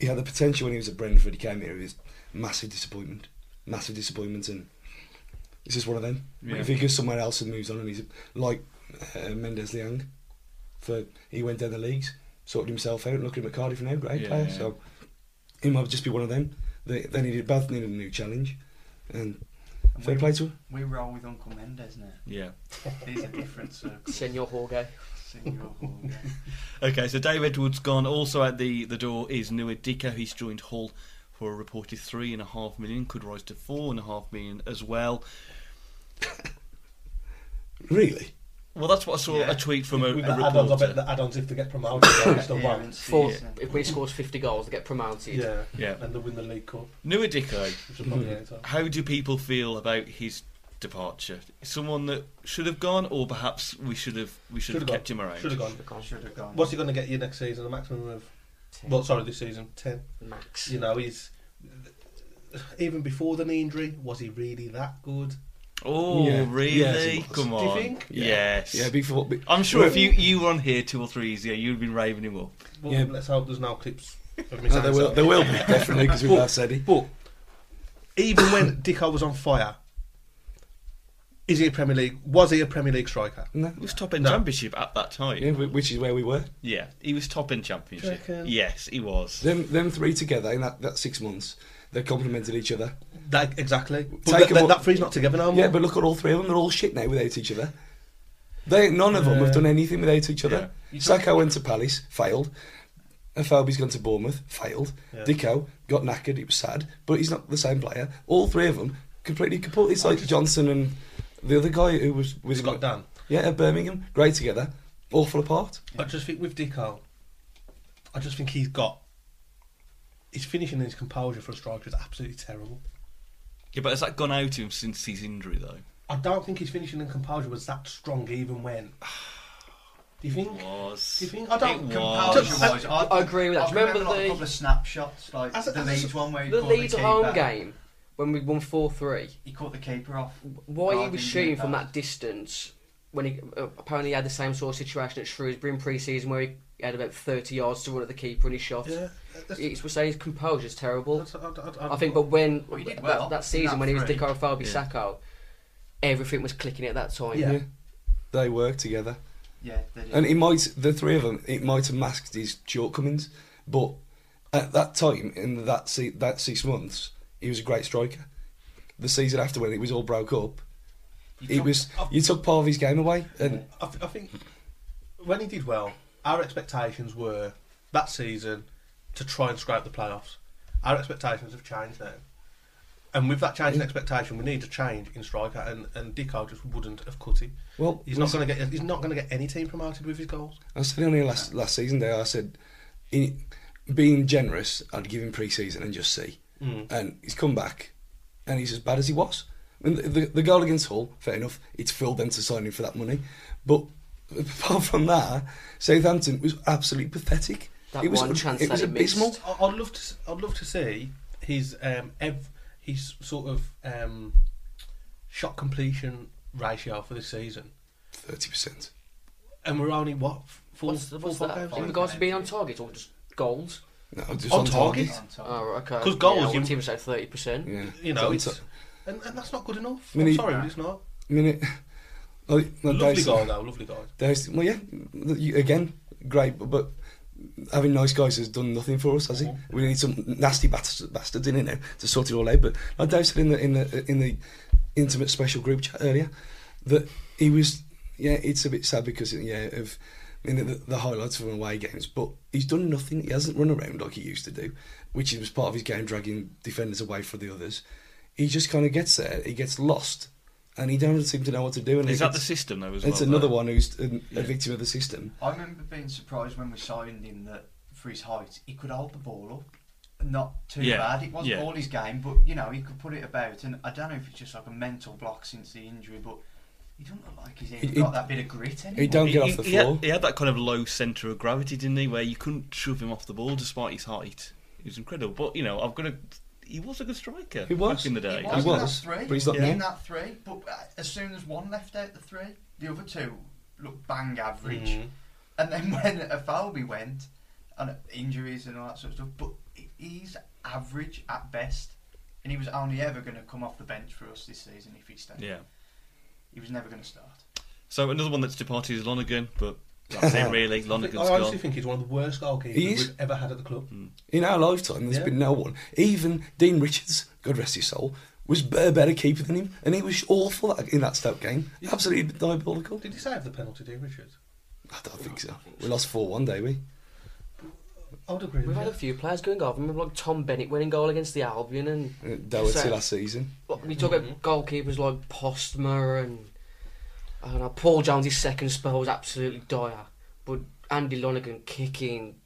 [SPEAKER 5] he had the potential when he was at Brentford. He came here, he was massive disappointment, massive disappointment, and it's just one of them.
[SPEAKER 1] Yeah.
[SPEAKER 5] If he goes somewhere else and moves on, and he's like uh, Mendes Liang, for he went down the leagues, sorted himself out, looking at Cardiff now, great
[SPEAKER 1] Yeah,
[SPEAKER 5] player.
[SPEAKER 1] yeah.
[SPEAKER 5] So he might just be one of them. They, they needed both needed a new challenge, and
[SPEAKER 3] And
[SPEAKER 5] fair
[SPEAKER 3] we-
[SPEAKER 5] play to him.
[SPEAKER 3] We roll with Uncle Mendes now.
[SPEAKER 1] yeah.
[SPEAKER 3] These are different
[SPEAKER 4] <laughs>
[SPEAKER 3] circles.
[SPEAKER 4] Senor Jorge.
[SPEAKER 3] Senor Jorge.
[SPEAKER 1] Okay, so Dave Edwards gone. Also at the, the door is Nua Dika. He's joined Hull for a reported three and a half million, could rise to four and a half million as well.
[SPEAKER 5] Really,
[SPEAKER 1] Well, that's what I saw
[SPEAKER 3] Yeah.
[SPEAKER 1] a tweet from a,
[SPEAKER 2] With
[SPEAKER 1] a
[SPEAKER 2] the add-ons, I bet
[SPEAKER 1] reporter.
[SPEAKER 2] the add-ons if they get promoted,
[SPEAKER 3] <coughs>
[SPEAKER 2] they'll still
[SPEAKER 3] Yeah,
[SPEAKER 2] win.
[SPEAKER 4] Four,
[SPEAKER 1] Yeah.
[SPEAKER 4] If he scores 50 goals, they get promoted.
[SPEAKER 2] Yeah.
[SPEAKER 1] Yeah.
[SPEAKER 2] And they win the League Cup.
[SPEAKER 1] Nua Dika,
[SPEAKER 2] Which is probably it, so.
[SPEAKER 1] how do people feel about his departure? Someone that should have gone, or perhaps we should have we should have
[SPEAKER 2] Should've
[SPEAKER 1] kept him around.
[SPEAKER 2] Should have gone.
[SPEAKER 4] Should have gone
[SPEAKER 3] Should have gone.
[SPEAKER 2] What's he going to get you next season? A maximum of.
[SPEAKER 4] 10
[SPEAKER 2] Well, sorry, this season ten.
[SPEAKER 4] max.
[SPEAKER 2] You know, he's even before the knee injury, was he really that good?
[SPEAKER 1] Oh,
[SPEAKER 5] Yeah. Yes,
[SPEAKER 1] really?
[SPEAKER 5] it was.
[SPEAKER 1] Come
[SPEAKER 2] Do you
[SPEAKER 1] on.
[SPEAKER 2] think?
[SPEAKER 5] Yeah.
[SPEAKER 1] Yes.
[SPEAKER 5] yeah. Before be-
[SPEAKER 1] I'm sure if you, you were on here two or three years ago, you'd have been raving him up.
[SPEAKER 2] Well,
[SPEAKER 5] Yeah.
[SPEAKER 2] let's hope there's no clips of me
[SPEAKER 5] No,
[SPEAKER 2] saying
[SPEAKER 5] Oh, there will,
[SPEAKER 2] so.
[SPEAKER 5] there will be definitely because we've
[SPEAKER 2] Well-
[SPEAKER 5] now said it.
[SPEAKER 2] But even when <coughs> Dicko was on fire, is he a Premier League? Was he a Premier League striker?
[SPEAKER 5] No.
[SPEAKER 1] He was top in
[SPEAKER 2] No.
[SPEAKER 1] championship at that time.
[SPEAKER 5] Yeah, wh- which is where we were.
[SPEAKER 1] Yeah, he was top in championship.
[SPEAKER 2] Do you reckon?
[SPEAKER 1] Yes, he was.
[SPEAKER 5] Them, them three together in that, that six months, they complemented each other.
[SPEAKER 2] That exactly. But
[SPEAKER 5] Take
[SPEAKER 2] that,
[SPEAKER 5] him
[SPEAKER 2] that,
[SPEAKER 5] up-
[SPEAKER 2] that three's not together now.
[SPEAKER 5] Yeah, but look at all three of them. They're all shit now without each other. They none of them
[SPEAKER 2] Yeah.
[SPEAKER 5] have done anything without each
[SPEAKER 1] Yeah.
[SPEAKER 5] other.
[SPEAKER 3] You
[SPEAKER 5] Saka went to Palace, failed. Afobe's gone to Bournemouth, failed.
[SPEAKER 2] Yeah.
[SPEAKER 5] Dico got knackered, it was sad, but he's not the same player. All three of them completely kaput. It's like Johnson and the other guy who was with him
[SPEAKER 2] Scott
[SPEAKER 5] at-
[SPEAKER 2] Dan.
[SPEAKER 5] Yeah, at Birmingham, great together, awful apart.
[SPEAKER 2] I just think with Dico, I just think he's got his finishing and his composure for a striker is absolutely terrible.
[SPEAKER 1] Yeah, but has that gone out of him since his injury though?
[SPEAKER 2] I don't think his finishing and composure was that strong even when. <sighs> Do you think?
[SPEAKER 1] Was.
[SPEAKER 2] Do you think- I don't
[SPEAKER 1] It
[SPEAKER 2] compare-
[SPEAKER 1] was.
[SPEAKER 2] Just- uh,
[SPEAKER 3] Composure-wise, I,
[SPEAKER 4] I agree with
[SPEAKER 3] I
[SPEAKER 4] that.
[SPEAKER 3] remember,
[SPEAKER 4] Remember
[SPEAKER 3] like,
[SPEAKER 4] the-
[SPEAKER 3] a couple of snapshots, like
[SPEAKER 2] As a-
[SPEAKER 3] the
[SPEAKER 2] as a-
[SPEAKER 3] Leeds one where he
[SPEAKER 4] The
[SPEAKER 3] caught the
[SPEAKER 4] Leeds at home
[SPEAKER 3] keeper.
[SPEAKER 4] game when we won four three.
[SPEAKER 3] He caught the keeper off.
[SPEAKER 4] Why he
[SPEAKER 3] Guarding
[SPEAKER 4] was shooting
[SPEAKER 3] the
[SPEAKER 4] from
[SPEAKER 3] advance.
[SPEAKER 4] that distance when he uh, apparently had the same sort of situation at Shrewsbury in pre-season where he had about thirty yards to run at the keeper and he shot.
[SPEAKER 2] Yeah.
[SPEAKER 4] It's we're saying his composure's terrible.
[SPEAKER 2] That's- I, I- I-
[SPEAKER 4] I think, but when
[SPEAKER 3] Well, he did
[SPEAKER 4] that,
[SPEAKER 3] well
[SPEAKER 4] that
[SPEAKER 3] in
[SPEAKER 4] season
[SPEAKER 3] that
[SPEAKER 4] when he was
[SPEAKER 3] three.
[SPEAKER 4] Dico Fabi
[SPEAKER 1] Yeah.
[SPEAKER 4] Sacco, everything was clicking at that time.
[SPEAKER 2] Yeah.
[SPEAKER 5] They work together.
[SPEAKER 3] Yeah, they did.
[SPEAKER 5] And it might, the three of them, it might have masked his shortcomings, but at that time, in that se- that six months, he was a great striker. The season after, when it was all broke up,
[SPEAKER 3] You
[SPEAKER 5] it
[SPEAKER 3] took-
[SPEAKER 5] was you took part of his game away, and
[SPEAKER 2] I, th- I think when he did well, our expectations were that season to try and scrape the playoffs. Our expectations have changed now. And with that change in expectation, we need to change in striker, and and Dico just wouldn't have cut it.
[SPEAKER 5] well,
[SPEAKER 2] He's not going to get. He's not going to get any team promoted with his goals.
[SPEAKER 5] I said on here last last season day, I said, in, being generous, I'd give him pre-season and just see.
[SPEAKER 4] Hmm.
[SPEAKER 2] Mm.
[SPEAKER 5] And he's come back, and he's as bad as he was. I mean, the, the, the goal against Hull, fair enough, it's filled them to sign him for that money, but <laughs> apart from that, Southampton was absolutely pathetic.
[SPEAKER 4] That
[SPEAKER 5] it was
[SPEAKER 4] one
[SPEAKER 5] ab-
[SPEAKER 4] chance
[SPEAKER 5] it was
[SPEAKER 4] that he
[SPEAKER 5] abysmal.
[SPEAKER 4] missed.
[SPEAKER 2] I- I'd love to. s- I'd love to see his um ev- his sort of um shot completion ratio for this season,
[SPEAKER 5] Thirty percent.
[SPEAKER 2] and we're only what four
[SPEAKER 4] What's,
[SPEAKER 2] four
[SPEAKER 4] what's
[SPEAKER 2] five
[SPEAKER 4] that?
[SPEAKER 2] games
[SPEAKER 4] In
[SPEAKER 2] in?
[SPEAKER 4] regards to being on target or just goals?
[SPEAKER 5] No, just
[SPEAKER 2] On
[SPEAKER 5] on, target.
[SPEAKER 2] target?
[SPEAKER 3] on top.
[SPEAKER 4] Oh, right, okay.
[SPEAKER 2] 'Cause goals,
[SPEAKER 4] Yeah,
[SPEAKER 2] you-
[SPEAKER 4] you... team said thirty percent.
[SPEAKER 5] Yeah,
[SPEAKER 2] you
[SPEAKER 5] It's
[SPEAKER 2] know,
[SPEAKER 5] on
[SPEAKER 2] it's,
[SPEAKER 5] ta-
[SPEAKER 2] and, and that's not good enough.
[SPEAKER 5] I mean,
[SPEAKER 2] I'm
[SPEAKER 5] he-
[SPEAKER 2] sorry, but it's not.
[SPEAKER 5] I mean, it, <laughs> like, like
[SPEAKER 2] lovely
[SPEAKER 5] Dyson-
[SPEAKER 2] guy though, lovely guy.
[SPEAKER 5] There's, well, yeah, you- again, great, but, but having nice guys has done nothing for us, has he?
[SPEAKER 1] Mm-hmm.
[SPEAKER 5] We need some nasty bastards, bastards in it now to sort it all out. But like Dave said in the in the in the intimate special group chat earlier, that he was, yeah, it's a bit sad because yeah of. I mean, the, the highlights of away games, but he's done nothing. He hasn't run around like he used to do, which was part of his game, dragging defenders away from the others. He just kind of gets there. He gets lost, and he doesn't seem to know what to do. And
[SPEAKER 1] Is
[SPEAKER 5] it
[SPEAKER 1] that the
[SPEAKER 5] gets-
[SPEAKER 1] system though? As well,
[SPEAKER 5] it's another
[SPEAKER 1] though?
[SPEAKER 5] one who's an,
[SPEAKER 1] Yeah.
[SPEAKER 5] a victim of the system.
[SPEAKER 3] I remember being surprised when we signed him that for his height he could hold the ball up. Not too
[SPEAKER 1] Yeah,
[SPEAKER 3] bad. It wasn't
[SPEAKER 1] yeah.
[SPEAKER 3] all his game, but you know he could put it about. And I don't know if it's just like a mental block since the injury, but he doesn't look like he's even
[SPEAKER 5] He- he-
[SPEAKER 3] got that bit of grit anymore.
[SPEAKER 5] He don't get off
[SPEAKER 1] He-
[SPEAKER 5] the
[SPEAKER 1] he- He
[SPEAKER 5] floor.
[SPEAKER 1] had, he had that kind of low centre of gravity, didn't he? Where you couldn't shove him off the ball despite his height. It was incredible. But you know, I've got to. He was a good striker.
[SPEAKER 5] He was.
[SPEAKER 1] back in the day.
[SPEAKER 3] He
[SPEAKER 5] He
[SPEAKER 3] was, in that
[SPEAKER 5] was,
[SPEAKER 3] three.
[SPEAKER 5] but he's not
[SPEAKER 3] in
[SPEAKER 5] now.
[SPEAKER 3] that three. But uh, as soon as one left out the three, the other two look bang average.
[SPEAKER 2] Mhm.
[SPEAKER 3] And then <laughs> when Afobe went, and injuries and all that sort of stuff, but he- he's average at best. And he was only ever going to come off the bench for us this season if he stayed.
[SPEAKER 1] Yeah.
[SPEAKER 3] He was never going to start.
[SPEAKER 1] So another one that's departed is Lonergan, but that's
[SPEAKER 5] <laughs>
[SPEAKER 1] it really.
[SPEAKER 2] I, think,
[SPEAKER 1] Lonergan's
[SPEAKER 2] I honestly
[SPEAKER 1] gone.
[SPEAKER 2] think he's one of the worst goalkeepers
[SPEAKER 5] He is.
[SPEAKER 2] we've ever had at the club.
[SPEAKER 4] Mm.
[SPEAKER 5] In our lifetime, there's
[SPEAKER 2] Yeah.
[SPEAKER 5] been no one. Even Dean Richards, God rest his soul, was a better keeper than him, and he was awful at- in that step game. Absolutely diabolical.
[SPEAKER 2] Did he save the penalty, Dean Richards?
[SPEAKER 5] I don't think so. We lost four one day. We
[SPEAKER 2] I would agree
[SPEAKER 4] We've
[SPEAKER 2] with
[SPEAKER 4] had a
[SPEAKER 2] you.
[SPEAKER 4] few players going goal. I remember like Tom Bennett winning goal against the Albion, and
[SPEAKER 5] Uh, Doherty
[SPEAKER 4] So-
[SPEAKER 5] last season.
[SPEAKER 4] like, we talk about goalkeepers like Postma and I don't know. Paul Jones' second spell was absolutely dire, but Andy Lonergan kicking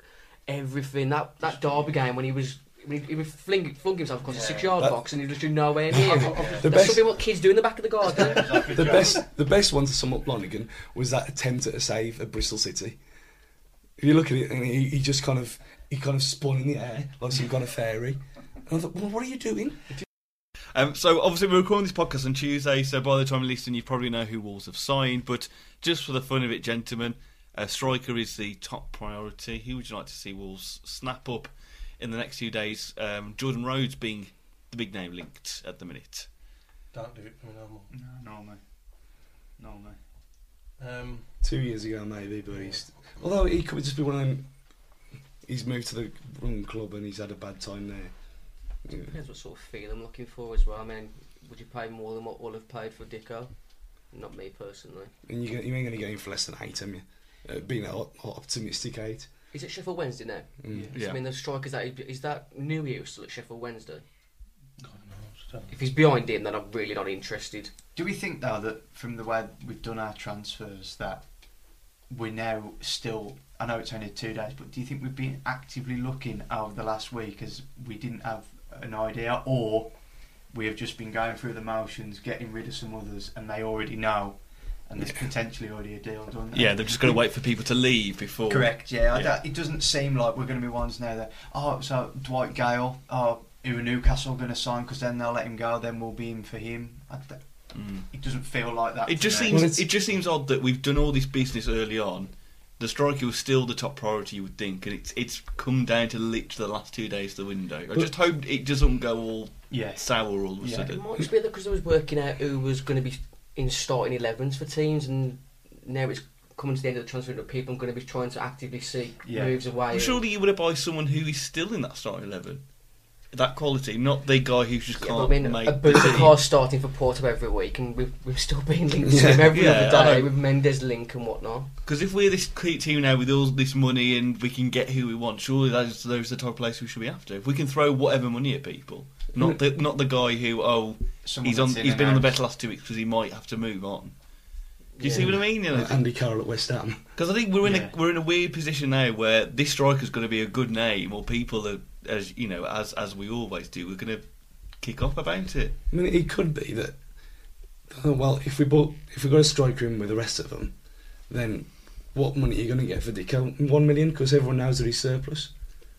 [SPEAKER 4] everything. That that Derby game when he was. when He, he was fling, flung himself across a
[SPEAKER 3] Yeah.
[SPEAKER 4] six-yard
[SPEAKER 5] That-
[SPEAKER 4] box, and he was just nowhere near. it.
[SPEAKER 5] <laughs> The
[SPEAKER 4] That's
[SPEAKER 5] best-
[SPEAKER 4] something what kids do in the back of the garden.
[SPEAKER 5] <laughs>
[SPEAKER 3] <laughs>
[SPEAKER 5] The best, the best one to sum up Lonigan was that attempt at a save at Bristol City. If you look at it, and he, he just kind of he kind of spun in the air like some kind of fairy. And I thought, well, what are you doing?
[SPEAKER 1] Um, so obviously we're recording this podcast on Tuesday, so by the time you're listening, you probably know who Wolves have signed. But just for the fun of it, gentlemen, uh, striker is the top priority. Who would you like to see Wolves snap up in the next few days? Um, Jordan Rhodes being the big name linked at the minute.
[SPEAKER 2] Don't do it for me no more.
[SPEAKER 3] No, normally. Normally.
[SPEAKER 2] Um,
[SPEAKER 5] two years ago maybe, but he's although he could just be one of them. He's moved to the wrong club and he's had a bad time there. Yeah.
[SPEAKER 4] Depends what sort of feel I'm looking for as well. I mean, would you pay more than what we'll have paid for Dicko? Not me personally.
[SPEAKER 5] and you, you ain't going to get in for less than eight, am you? Uh, being that op- optimistic eight.
[SPEAKER 4] Is it Sheffield Wednesday now?
[SPEAKER 5] Mm.
[SPEAKER 4] So, I mean, the strikers that is that new year still at Sheffield Wednesday.
[SPEAKER 2] God knows. don't know.
[SPEAKER 4] If he's behind him, then I'm really not interested.
[SPEAKER 3] Do we think though that from the way we've done our transfers that we're now still? I know it's only two days, but do you think we've been actively looking over the last week as we didn't have an idea, or we have just been going through the motions, getting rid of some others, and they already know, and there's potentially already a deal done.
[SPEAKER 1] Yeah, they've just got to wait for people to leave before.
[SPEAKER 3] Correct. Yeah, I
[SPEAKER 1] Yeah.
[SPEAKER 3] don't- it doesn't seem like we're going to be ones now that oh, so Dwight Gale, oh, who are Newcastle going to sign? Because then they'll let him go. Then we'll be in for him. I d-
[SPEAKER 1] Mm.
[SPEAKER 3] it doesn't feel like that.
[SPEAKER 1] It
[SPEAKER 3] to
[SPEAKER 1] just
[SPEAKER 3] me.
[SPEAKER 1] seems
[SPEAKER 5] Well, it's-
[SPEAKER 1] it just seems odd that we've done all this business early on. The striker was still the top priority, you would think, and it's it's come down to literally the last two days of the window. I
[SPEAKER 5] But-
[SPEAKER 1] just hope it doesn't go all
[SPEAKER 3] Yeah.
[SPEAKER 1] sour all of a
[SPEAKER 3] Yeah.
[SPEAKER 4] It
[SPEAKER 1] sudden.
[SPEAKER 4] might just be because I was working out who was going to be in starting 11s for teams, and now it's coming to the end of the transfer window. People are going to be trying to actively seek
[SPEAKER 3] Yeah.
[SPEAKER 4] moves away.
[SPEAKER 1] Well, surely you would have buy someone who is still in that starting eleven, that quality, not the guy who just
[SPEAKER 4] Yeah, but I
[SPEAKER 1] can't
[SPEAKER 4] mean,
[SPEAKER 1] make
[SPEAKER 4] a
[SPEAKER 1] the team.
[SPEAKER 4] car starting for Porto every week, and we've, we've still been linked to him every
[SPEAKER 1] Yeah, I
[SPEAKER 4] other day
[SPEAKER 1] know.
[SPEAKER 4] with Mendes link and whatnot.
[SPEAKER 1] Because if we're this cute team now with all this money and we can get who we want, surely those those are the type of place we should be after. If we can throw whatever money at people, not the not the guy who oh
[SPEAKER 3] Someone
[SPEAKER 1] he's on
[SPEAKER 3] that's in
[SPEAKER 1] he's
[SPEAKER 3] and
[SPEAKER 1] been on the
[SPEAKER 3] out.
[SPEAKER 1] best last two weeks because he might have to move on. Do you see what I mean? You know,
[SPEAKER 5] Andy Carroll at West Ham.
[SPEAKER 1] because I think we're in
[SPEAKER 3] Yeah.
[SPEAKER 1] a we're in a weird position now where this striker's going to be a good name, or people are as you know as as we always do, we're going to kick off about it.
[SPEAKER 5] I mean, it could be that. oh, Well, if we bought, if we got a striker in with the rest of them, then what money are you going to get for Dico? One million, because everyone knows that he's surplus.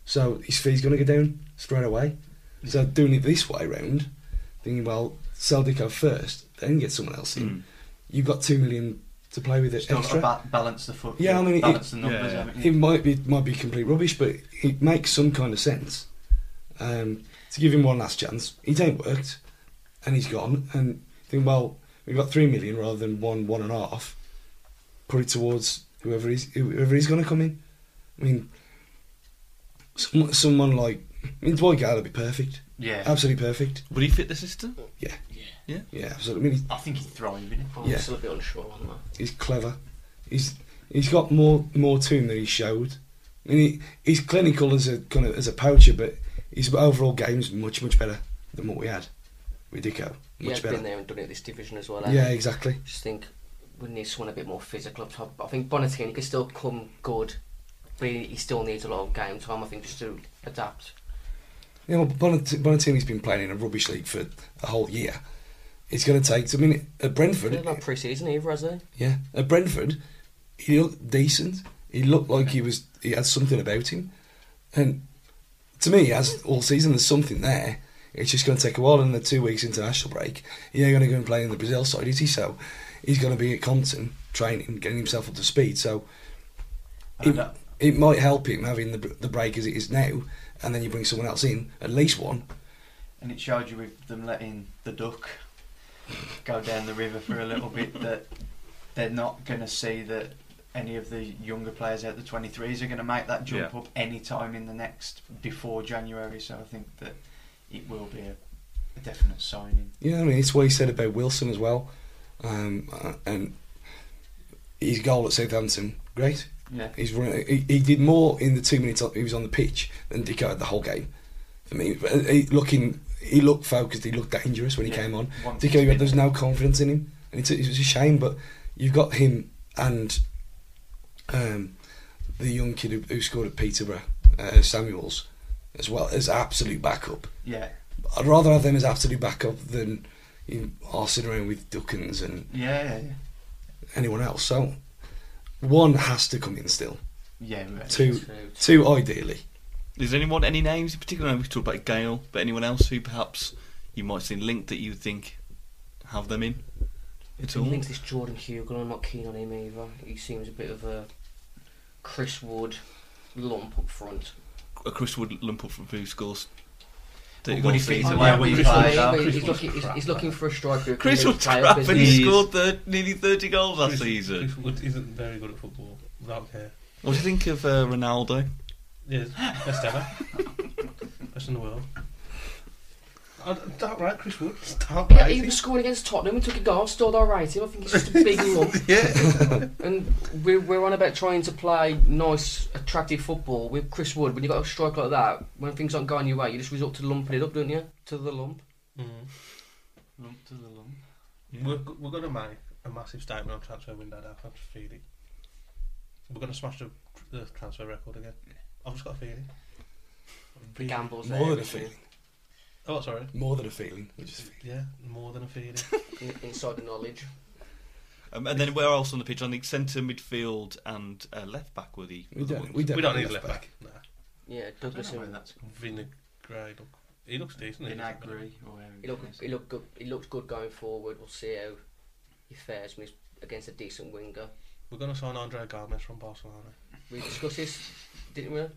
[SPEAKER 5] So his fee's going to go down straight away. So doing it this way round, thinking, well, sell Dico first, then get someone else in.
[SPEAKER 1] Mm.
[SPEAKER 5] You've got two million to play with it
[SPEAKER 3] Still got to
[SPEAKER 5] extra.
[SPEAKER 3] ba- balance the foot.
[SPEAKER 5] Yeah, I mean, it-
[SPEAKER 3] balance the numbers.
[SPEAKER 1] yeah.
[SPEAKER 3] haven't you?
[SPEAKER 5] It might be might be complete rubbish, but it makes some kind of sense. Um, to give him one last chance, it ain't worked, and he's gone. And think, well, we've got three million rather than one one and a half. Put it towards whoever he's whoever he's going to come in. I mean, some, someone like I mean, Dwight Gale would be perfect,
[SPEAKER 3] yeah.
[SPEAKER 5] absolutely perfect.
[SPEAKER 1] Would he fit the system?
[SPEAKER 5] Yeah,
[SPEAKER 4] Yeah.
[SPEAKER 5] yeah, absolutely. I mean,
[SPEAKER 3] I think he's thriving.
[SPEAKER 4] I'm
[SPEAKER 5] Yeah.
[SPEAKER 4] still a bit unsure on that.
[SPEAKER 5] he's clever. He's he's got more more to him than he showed. I mean, he, he's clinical as a kind of as a poacher, but his overall game's much much better than what we had with Dico.
[SPEAKER 4] Yeah,
[SPEAKER 5] Much
[SPEAKER 4] I've
[SPEAKER 5] better.
[SPEAKER 4] been there and done it this division as well.
[SPEAKER 5] yeah,
[SPEAKER 4] eh?
[SPEAKER 5] exactly.
[SPEAKER 4] just think we need someone a bit more physical up top. But I think Bonatini can still come good, but he, he still needs a lot of game time. I think just to adapt.
[SPEAKER 5] You know, Bonat- Bonatini's been playing in a rubbish league for a whole year. It's going to take. I mean, at
[SPEAKER 4] But
[SPEAKER 5] Brentford,
[SPEAKER 4] not like pre-season either, has he?
[SPEAKER 5] yeah, at Brentford, he looked decent. He looked like he was he had something about him, and to me, as all season, there's something there. It's just going to take a while, and the two weeks international break, he ain't going to go and play in the Brazil side, is he? So he's going to be at Compton training, getting himself up to speed. So
[SPEAKER 3] And I
[SPEAKER 5] it,
[SPEAKER 3] don't-
[SPEAKER 5] it might help him having the br- the break as it is now, and then you bring someone else in, at least one.
[SPEAKER 3] and it showed you with them letting the duck go down the river for a little bit that they're not going to see that any of the younger players out the 23s are going to make that jump up any time in the next before January. So I think that it will be a, a definite signing.
[SPEAKER 5] Yeah, I mean, it's what he said about Wilson as well, um, uh, and his goal at Southampton, great.
[SPEAKER 3] Yeah.
[SPEAKER 5] He's running. He, he did more in the two minutes he was on the pitch than Dico had the whole game. For me, he, looking, he looked focused. He looked dangerous when he
[SPEAKER 3] Yeah.
[SPEAKER 5] came on.
[SPEAKER 3] One-
[SPEAKER 5] Dico, there was no confidence in him, and it's, a- it was a shame. But you've got him and um, the young kid who, who scored at Peterborough, uh, Samuels, as well as absolute backup.
[SPEAKER 3] Yeah.
[SPEAKER 5] I'd rather have them as absolute backup than you arsing around with Duckins and
[SPEAKER 3] Yeah. Yeah.
[SPEAKER 5] anyone else. So one has to come in still.
[SPEAKER 3] yeah right.
[SPEAKER 5] Two,
[SPEAKER 4] True.
[SPEAKER 5] two ideally.
[SPEAKER 1] Is there anyone, any names in particular? I know we've talked about Gale, but anyone else who perhaps you might see linked that you think have them in at
[SPEAKER 4] He
[SPEAKER 1] all?
[SPEAKER 4] links this Jordan Hugo. I'm not keen on him either. He seems a bit of a Chris Wood lump up front.
[SPEAKER 1] A Chris Wood lump up from who scores.
[SPEAKER 3] Well,
[SPEAKER 1] 30
[SPEAKER 3] what do
[SPEAKER 1] goals
[SPEAKER 3] you think
[SPEAKER 1] for
[SPEAKER 3] he's
[SPEAKER 1] England.
[SPEAKER 3] away when
[SPEAKER 4] He's,
[SPEAKER 3] he's played
[SPEAKER 4] like-
[SPEAKER 3] though?
[SPEAKER 4] he's
[SPEAKER 3] Chris
[SPEAKER 4] looking,
[SPEAKER 2] Wood's
[SPEAKER 4] he's, he's
[SPEAKER 2] crap,
[SPEAKER 4] looking
[SPEAKER 2] though.
[SPEAKER 4] for a striker. who can
[SPEAKER 1] Chris
[SPEAKER 4] do
[SPEAKER 1] Wood's
[SPEAKER 4] play up,
[SPEAKER 1] crap and
[SPEAKER 4] isn't
[SPEAKER 1] he
[SPEAKER 4] he?
[SPEAKER 1] scored thir nearly 30 goals last season.
[SPEAKER 2] Chris Wood isn't very good at football. Without care.
[SPEAKER 1] What do you think of uh, Ronaldo?
[SPEAKER 4] <laughs>
[SPEAKER 2] Yeah, best ever. best in the world. I don't don't right, Chris Wood. Don't
[SPEAKER 4] Yeah,
[SPEAKER 2] right.
[SPEAKER 4] he was scoring against Tottenham and took a goal, still all right. I think he's just a big lump.
[SPEAKER 2] yeah,
[SPEAKER 4] And we're, we're on about trying to play nice, attractive football with Chris Wood. When you've got a strike like that, when things aren't going your way, you just resort to lumping it up, don't you? To the lump.
[SPEAKER 2] Mm.
[SPEAKER 3] Lump to the lump.
[SPEAKER 2] we're we're gonna make a massive statement on transfer window now. I can feel it. We're gonna smash the, the transfer record again. I've just got a feeling.
[SPEAKER 4] The gambles there.
[SPEAKER 5] More than a
[SPEAKER 4] isn't it?
[SPEAKER 5] feeling.
[SPEAKER 2] Oh, sorry.
[SPEAKER 5] More than a feeling. We're just-
[SPEAKER 2] Yeah, more than a feeling.
[SPEAKER 4] In- Inside the knowledge.
[SPEAKER 1] Um, and then where else on the pitch? I think centre midfield and uh, left back were the.
[SPEAKER 5] We
[SPEAKER 1] were the
[SPEAKER 5] don't.
[SPEAKER 1] ones.
[SPEAKER 5] We don't,
[SPEAKER 2] we don't
[SPEAKER 5] need
[SPEAKER 2] need a left back. Nah.
[SPEAKER 4] Yeah,
[SPEAKER 3] I don't
[SPEAKER 4] Douglas.
[SPEAKER 3] know where that's
[SPEAKER 2] Vinagre look. He looks decent.
[SPEAKER 3] in
[SPEAKER 2] doesn't he?
[SPEAKER 3] Agri or wherever
[SPEAKER 4] He
[SPEAKER 3] it
[SPEAKER 4] looked,
[SPEAKER 3] is.
[SPEAKER 4] he looked good. He looked good going forward. We'll see how he fares when he's against a decent winger.
[SPEAKER 2] We're gonna sign Andre Gomez from Barcelona.
[SPEAKER 4] We discussed this, didn't we?
[SPEAKER 2] Yeah,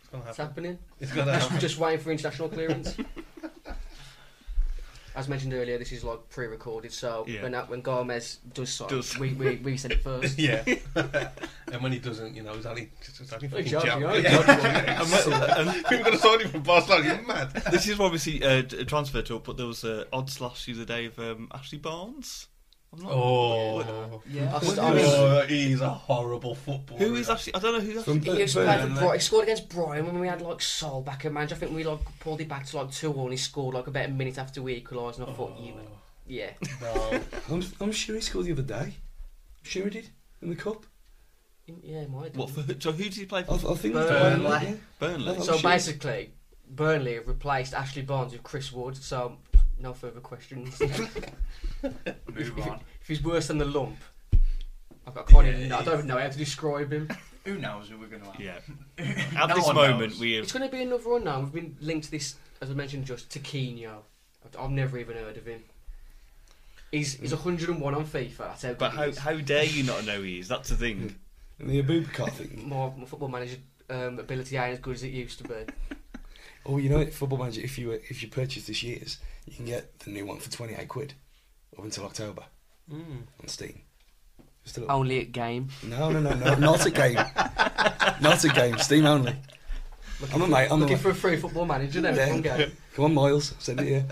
[SPEAKER 2] it's gonna
[SPEAKER 4] It's
[SPEAKER 2] happen.
[SPEAKER 4] happening.
[SPEAKER 2] It's
[SPEAKER 1] <laughs>
[SPEAKER 2] gonna
[SPEAKER 4] Just, <laughs>
[SPEAKER 2] happen.
[SPEAKER 4] just waiting for international clearance. As mentioned earlier, this is like pre-recorded, so
[SPEAKER 1] Yeah.
[SPEAKER 4] when that, when Gomez does sign,
[SPEAKER 1] Does.
[SPEAKER 4] We, we we said it
[SPEAKER 1] <laughs>
[SPEAKER 2] <laughs>
[SPEAKER 4] first. <laughs>
[SPEAKER 2] yeah. and when he doesn't, you know, he's only he's only
[SPEAKER 4] Good
[SPEAKER 2] fucking
[SPEAKER 4] job,
[SPEAKER 2] jam.
[SPEAKER 4] you know,
[SPEAKER 2] Yeah.
[SPEAKER 1] <laughs>
[SPEAKER 4] good job.
[SPEAKER 1] And where- and
[SPEAKER 2] People gonna sign him from <laughs> Barcelona. You mad?
[SPEAKER 1] Um, this is obviously uh, a transfer talk, but there was an odd slash the other day of um, Ashley Barnes. I'm not,
[SPEAKER 2] Oh.
[SPEAKER 4] Yeah, I,
[SPEAKER 1] What
[SPEAKER 4] I
[SPEAKER 1] do you
[SPEAKER 4] mean,
[SPEAKER 2] Oh, he's a horrible footballer.
[SPEAKER 1] who is Ashley? I don't know who Ashley.
[SPEAKER 5] From
[SPEAKER 4] he, was
[SPEAKER 5] Bur-
[SPEAKER 4] playing for
[SPEAKER 5] Burnley.
[SPEAKER 4] Bri- he scored against Brighton when we had like Sol back in manager. I think we like pulled it back to like two and he scored like about a minute after we equalised,
[SPEAKER 2] Oh.
[SPEAKER 4] and I thought, you, yeah,
[SPEAKER 2] No.
[SPEAKER 5] I'm, I'm sure he scored the other day. Sure he did in the cup.
[SPEAKER 4] yeah, it might. have done.
[SPEAKER 1] What for, so who did he play
[SPEAKER 5] I, I
[SPEAKER 1] for?
[SPEAKER 5] think
[SPEAKER 4] Burnley.
[SPEAKER 5] Yeah.
[SPEAKER 1] Burnley.
[SPEAKER 5] Oh,
[SPEAKER 4] So
[SPEAKER 5] shit.
[SPEAKER 4] basically, Burnley have replaced Ashley Barnes with Chris Wood. So no
[SPEAKER 1] <laughs>
[SPEAKER 4] further questions.
[SPEAKER 3] Move on.
[SPEAKER 4] if he's worse than the lump, I I can't even.
[SPEAKER 3] Yeah,
[SPEAKER 4] I don't even know how to describe him.
[SPEAKER 3] Who knows who we're going to have? <laughs>
[SPEAKER 1] Yeah. At
[SPEAKER 3] No
[SPEAKER 1] this
[SPEAKER 3] one
[SPEAKER 1] moment,
[SPEAKER 3] knows.
[SPEAKER 1] we
[SPEAKER 4] It's
[SPEAKER 1] have.
[SPEAKER 4] going to be another one now. We've been linked to this, as I mentioned, just Taquinho. I've- I've never even heard of him. He's he's 101 on FIFA. That's how
[SPEAKER 1] But
[SPEAKER 4] good
[SPEAKER 1] how
[SPEAKER 4] he is.
[SPEAKER 1] how dare you not know he is? That's the thing.
[SPEAKER 5] And the Abubakar thing.
[SPEAKER 4] my, my football manager um, ability ain't as good as it used to be.
[SPEAKER 5] Oh, you know, Football Manager. If you if you purchase this year's, you can get the new one for twenty eight quid up until October
[SPEAKER 2] Mm.
[SPEAKER 5] on Steam. Still
[SPEAKER 4] <laughs>
[SPEAKER 5] up.
[SPEAKER 4] Only at game.
[SPEAKER 5] No, no, no, no, not a game, not a game. Steam only. I'm a mate. I'm a
[SPEAKER 4] Looking
[SPEAKER 5] mate.
[SPEAKER 4] for a free football manager now.
[SPEAKER 5] Yeah.
[SPEAKER 4] One game.
[SPEAKER 5] Come on, Miles, send
[SPEAKER 4] <laughs>
[SPEAKER 5] it here.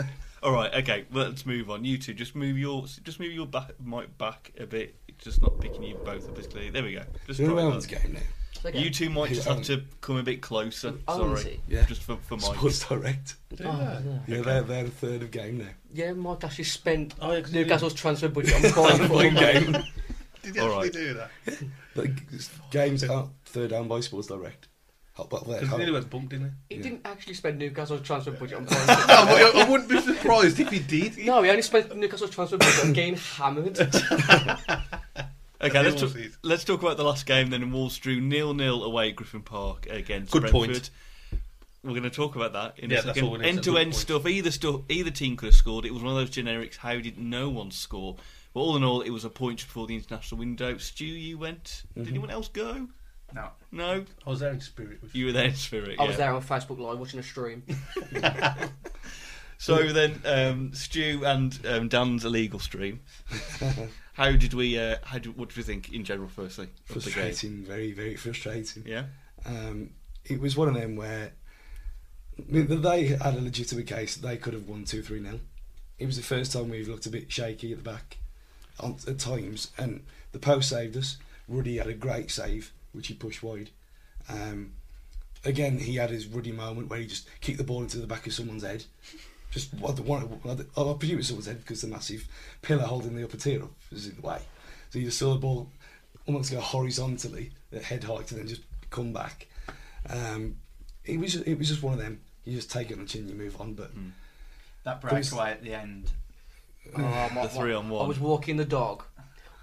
[SPEAKER 1] All right, okay. well, Let's move on. You two, just move your just move your back, mic back a bit. It's just not picking you both up as clearly. There we go. Just
[SPEAKER 5] Who
[SPEAKER 1] try
[SPEAKER 5] owns
[SPEAKER 1] that.
[SPEAKER 5] game now?
[SPEAKER 4] Okay.
[SPEAKER 1] You two might
[SPEAKER 5] Who
[SPEAKER 1] just have
[SPEAKER 5] owns-
[SPEAKER 1] to come a bit closer.
[SPEAKER 4] Who owns
[SPEAKER 1] Sorry,
[SPEAKER 4] it?
[SPEAKER 5] Yeah.
[SPEAKER 1] just for for Mike.
[SPEAKER 5] Sports Direct.
[SPEAKER 4] Oh, yeah.
[SPEAKER 5] Yeah, they're they're a third of game now.
[SPEAKER 4] Yeah, Mike actually spent
[SPEAKER 2] Oh, yeah, 'cause he
[SPEAKER 4] Newcastle's transfer budget on buying football
[SPEAKER 5] One
[SPEAKER 4] manager.
[SPEAKER 5] game.
[SPEAKER 2] Did he
[SPEAKER 1] All
[SPEAKER 2] actually
[SPEAKER 1] right.
[SPEAKER 2] do that?
[SPEAKER 5] But g- games are third down by Sports Direct. Hot but there.
[SPEAKER 2] Because he nearly went bunk, didn't he?
[SPEAKER 4] He
[SPEAKER 5] Yeah.
[SPEAKER 4] didn't actually spend Newcastle's transfer budget on buying football.
[SPEAKER 2] No, but <laughs> I I wouldn't be surprised if he did.
[SPEAKER 4] No, he only spent Newcastle's transfer budget on
[SPEAKER 1] <laughs>
[SPEAKER 4] getting hammered.
[SPEAKER 1] Okay, let's
[SPEAKER 2] Wolves
[SPEAKER 1] talk,
[SPEAKER 2] is-
[SPEAKER 1] let's talk about the last game then. Wolves drew nil nil away at Griffin Park against
[SPEAKER 2] Good
[SPEAKER 1] Brentford.
[SPEAKER 2] point.
[SPEAKER 1] We're going to talk about that in
[SPEAKER 2] Yeah,
[SPEAKER 1] a
[SPEAKER 2] that's what we
[SPEAKER 1] second.
[SPEAKER 2] need,
[SPEAKER 1] End
[SPEAKER 2] that's
[SPEAKER 1] to
[SPEAKER 2] a good
[SPEAKER 1] end
[SPEAKER 2] point.
[SPEAKER 1] stuff. Either stuff, either team could have scored. It was one of those generics. How did no one score? But all in all, it was a point before the international window. Stu, you went.
[SPEAKER 2] Mm-hmm.
[SPEAKER 1] Did anyone else go?
[SPEAKER 3] No.
[SPEAKER 1] No,
[SPEAKER 2] I was there in spirit with
[SPEAKER 1] you were there in spirit.
[SPEAKER 4] I was
[SPEAKER 1] yeah.
[SPEAKER 4] there on Facebook Live watching
[SPEAKER 1] <laughs>
[SPEAKER 4] a stream.
[SPEAKER 1] So then, um, Stu and um, Dan's illegal
[SPEAKER 2] <laughs>
[SPEAKER 1] stream. how did we? Uh, how did, what did we think in general? Firstly, of the game?
[SPEAKER 5] Frustrating, very, very frustrating.
[SPEAKER 1] Yeah.
[SPEAKER 5] Um, it was one of them where I mean, they had a legitimate case. They could have won 2 3 nil. It was the first time we've looked a bit shaky at the back on, at times, and the post saved us. Ruddy had a great save, which he pushed wide. Um, again, he had his Ruddy moment where he just kicked the ball into the back of someone's head. Just what the one, what the, oh, I presume it's someone's head because the massive pillar holding the upper tier up was in the way. So you just saw the ball almost go horizontally at head height and then just come back. Um, it was it was just one of them. You just take it on the chin, you move on. But
[SPEAKER 3] That
[SPEAKER 5] There's-
[SPEAKER 3] breakaway at the end.
[SPEAKER 4] Oh, my-
[SPEAKER 1] The three on
[SPEAKER 4] I was
[SPEAKER 1] one.
[SPEAKER 4] walking the dog,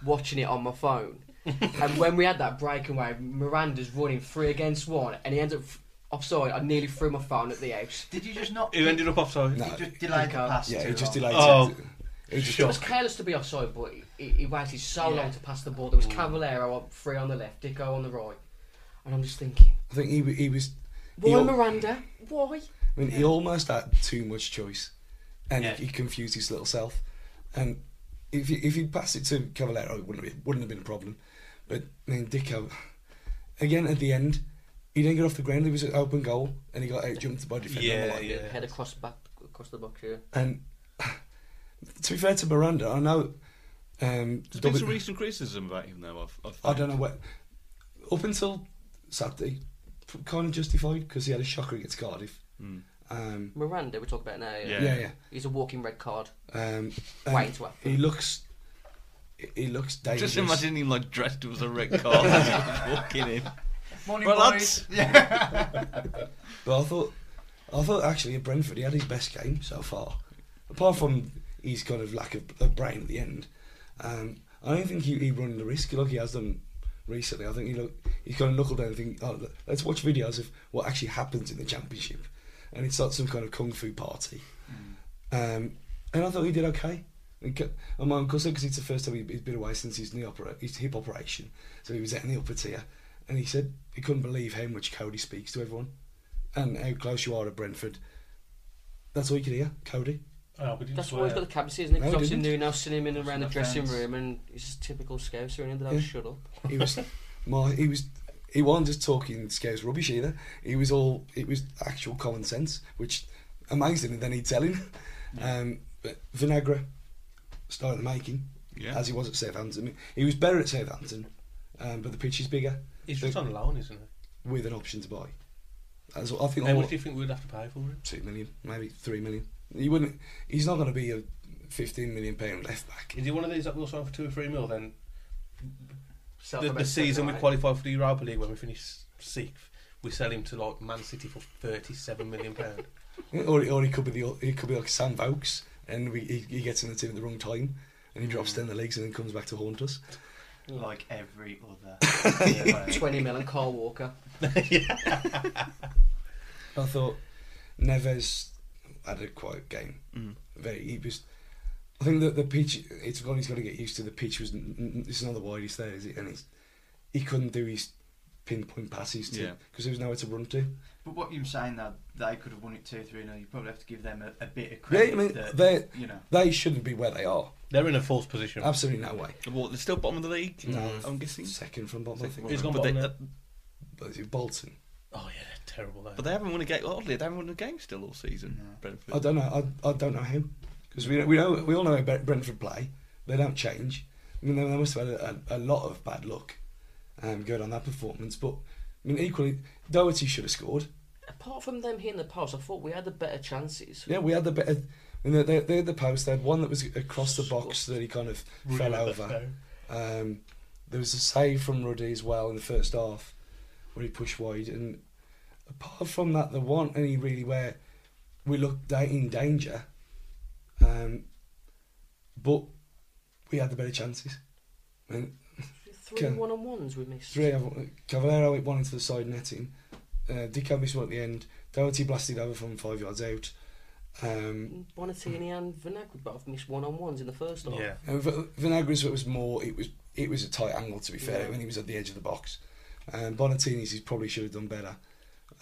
[SPEAKER 4] watching it on
[SPEAKER 1] <laughs>
[SPEAKER 4] my phone. and when we had that breakaway, Miranda's running three against one, and he ended up f- offside. I nearly threw my phone at the house.
[SPEAKER 3] Did you just not?
[SPEAKER 2] Who ended up offside?
[SPEAKER 5] No.
[SPEAKER 3] You just delayed the
[SPEAKER 4] Okay.
[SPEAKER 3] pass.
[SPEAKER 5] yeah,
[SPEAKER 3] too
[SPEAKER 5] it just
[SPEAKER 3] long.
[SPEAKER 5] delayed.
[SPEAKER 2] Oh,
[SPEAKER 5] it. It just
[SPEAKER 4] It was careless to be offside, but he, he waited so
[SPEAKER 3] Yeah.
[SPEAKER 4] long to pass the ball. There was Cavallero on three on the left, Dicko on the right, and I'm just thinking,
[SPEAKER 5] I think he wa- he was.
[SPEAKER 4] why
[SPEAKER 5] he al-
[SPEAKER 4] Miranda? Why?
[SPEAKER 5] I mean, he almost had too much choice, and
[SPEAKER 3] Yeah.
[SPEAKER 5] he, he confused his little self. And if he, if he passed it to Cavallero, it wouldn't have been, wouldn't have been a problem. But I mean, Dicko, again at the end, he didn't get off the ground. It was an open goal, and he got out jumped by defender.
[SPEAKER 2] Yeah,
[SPEAKER 5] Like,
[SPEAKER 2] yeah.
[SPEAKER 4] Head across the back, across the box. Yeah.
[SPEAKER 5] And <sighs> to be fair to Miranda, I know. Um,
[SPEAKER 1] There's been some recent criticism about him, though. I've, I've
[SPEAKER 5] I don't know what. Up until Saturday, kind of justified because he had a shocker against Cardiff.
[SPEAKER 1] Mm.
[SPEAKER 5] Um,
[SPEAKER 4] Miranda, we talk about now. Yeah.
[SPEAKER 1] Yeah.
[SPEAKER 5] yeah, yeah.
[SPEAKER 4] He's a walking red card.
[SPEAKER 5] Um,
[SPEAKER 4] Wayne
[SPEAKER 5] and
[SPEAKER 4] to happen.
[SPEAKER 5] he looks. he- He looks dangerous.
[SPEAKER 1] Just imagine him like dressed up as a
[SPEAKER 5] <laughs>
[SPEAKER 1] red car, walking in.
[SPEAKER 3] Morning,
[SPEAKER 1] Well,
[SPEAKER 3] boys. Yeah.
[SPEAKER 5] But I thought, I thought actually at Brentford he had his best game so far, apart from his kind of lack of, of brain at the end. Um, I don't think he, he run the risk like he has done recently. I think he look he's kind of knuckled down and think, oh, le- let's watch videos of what actually happens in the championship, and it's not some kind of kung fu party.
[SPEAKER 3] Hmm.
[SPEAKER 5] Um, and I thought he did okay. And c- I'm on because it's the first time he- he's been away since his knee opera, his hip operation, so he was out in the upper tier, and he said he couldn't believe how much Cody speaks to everyone and how close you are to Brentford. That's all you can hear, Cody.
[SPEAKER 2] Oh, but you
[SPEAKER 4] That's
[SPEAKER 2] swear.
[SPEAKER 4] why he's got the cavity, isn't it? Because
[SPEAKER 5] No, he
[SPEAKER 4] obviously
[SPEAKER 5] didn't.
[SPEAKER 4] Nuno seen him in and around the
[SPEAKER 3] Offence.
[SPEAKER 4] dressing room, and he's just typical scouser, and he ended up
[SPEAKER 5] Yeah.
[SPEAKER 4] shut up.
[SPEAKER 5] He was, my, he was, he wasn't just talking scares rubbish either. He was all, it was actual common sense, which amazing. And then he'd tell him, um, but Vinagre started the making
[SPEAKER 1] Yeah.
[SPEAKER 5] as he was at Southampton. He was better at Southampton, um, but the pitch is bigger
[SPEAKER 2] He's just on loan, isn't he?
[SPEAKER 5] with an option to buy. That's what I think.
[SPEAKER 2] How
[SPEAKER 5] all-
[SPEAKER 2] much do you think we'd have to pay for him?
[SPEAKER 5] two million, maybe three million. He wouldn't. He's not going to be a fifteen million pound left back.
[SPEAKER 2] Is he one of these that will sign for two or three mil? Then the,
[SPEAKER 4] Self-amazing,
[SPEAKER 2] the season we
[SPEAKER 4] right?
[SPEAKER 2] qualify for the Europa League when we finish sixth, we sell him to like Man City for thirty-seven million pound.
[SPEAKER 5] Or, or he could be the he could be like Sam Vokes, and we, he, he gets in the team at the wrong time, and he drops ten the leagues, and then comes back to haunt us.
[SPEAKER 3] like every
[SPEAKER 5] <laughs>
[SPEAKER 3] other. player.
[SPEAKER 4] Twenty mil and Carl Walker.
[SPEAKER 5] I thought Neves had a quiet game.
[SPEAKER 1] Mm.
[SPEAKER 5] Very, he was. I think that the pitch. It's one he's got to get used to. The pitch was. n- n- It's not the widest there, is it? And he's, he couldn't do his pinpoint passes to because
[SPEAKER 1] Yeah.
[SPEAKER 5] there was nowhere to run to.
[SPEAKER 3] But what you're saying that they could have won it two three 0 you probably have to give them a, a bit of
[SPEAKER 5] Yeah,
[SPEAKER 3] credit.
[SPEAKER 5] I mean
[SPEAKER 3] that,
[SPEAKER 5] they
[SPEAKER 3] you know,
[SPEAKER 5] they shouldn't be where they are.
[SPEAKER 2] They're in a false position.
[SPEAKER 5] Absolutely no way.
[SPEAKER 1] What? They're still bottom of the league.
[SPEAKER 5] No.
[SPEAKER 1] I'm guessing.
[SPEAKER 5] Second from bottom, I think.
[SPEAKER 2] He's gone
[SPEAKER 1] but,
[SPEAKER 2] bottom
[SPEAKER 1] they,
[SPEAKER 2] now.
[SPEAKER 5] But it's Bolton.
[SPEAKER 2] Oh yeah, they're terrible. Though.
[SPEAKER 1] but they haven't won a game. Oddly, they haven't won a game still all season.
[SPEAKER 3] No.
[SPEAKER 1] Brentford.
[SPEAKER 5] I don't know. I, I don't know him because we know, we know we all know how Bre- Brentford play. They don't change. I mean, they, they must have had a, a, a lot of bad luck um, going on that performance. But I mean, equally, Doherty should have scored.
[SPEAKER 4] Apart from them hitting the post, I thought we had the better chances.
[SPEAKER 5] Yeah, we had the better. I mean, they, they, they had the post. They had one that was across the box that he kind of
[SPEAKER 2] Rudy
[SPEAKER 5] fell
[SPEAKER 2] with the
[SPEAKER 5] over.
[SPEAKER 2] phone.
[SPEAKER 5] Um, there was a save from Ruddy as well in the first half where he pushed wide. And apart from that, there weren't any really where we looked da- in danger. Um, but we had the better chances. I mean,
[SPEAKER 4] Three
[SPEAKER 5] Okay.
[SPEAKER 4] one on ones we missed.
[SPEAKER 5] three, of them- Cavallero hit one into the side netting. Uh, Dico missed one at the end. Doherty blasted over from five yards out. Um,
[SPEAKER 4] Bonatini and Vinagre both missed one on ones in the first half.
[SPEAKER 2] Yeah.
[SPEAKER 5] And V- Vinagre's it Uh, was more. It was it was a tight angle to be fair
[SPEAKER 4] Yeah.
[SPEAKER 5] when he was at the edge of the box. Um, Bonatini's he probably should have done better,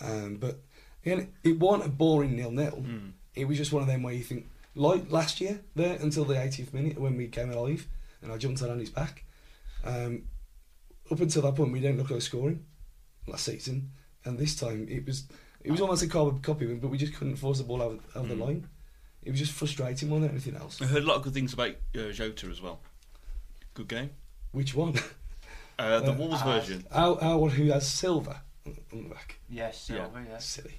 [SPEAKER 5] um, but again, it wasn't a boring nil nil. It was just one of them where you think like last year there until the 80th minute when we came alive and I jumped out on his back. Um, up until that point, we didn't look like scoring last season, and this time it was it was almost a carbon copy, but we just couldn't force the ball out of, out of the
[SPEAKER 1] Mm.
[SPEAKER 5] line. It was just frustrating more than anything
[SPEAKER 1] <laughs>
[SPEAKER 5] else.
[SPEAKER 1] I heard a lot of good things about uh, Jota as well. Good game.
[SPEAKER 5] Which one?
[SPEAKER 1] Uh, the
[SPEAKER 5] Uh,
[SPEAKER 1] Wolves
[SPEAKER 3] uh,
[SPEAKER 1] version.
[SPEAKER 5] Our, our one who has silver Mm, on on the back.
[SPEAKER 3] yes, Silva, yeah.
[SPEAKER 5] Silly.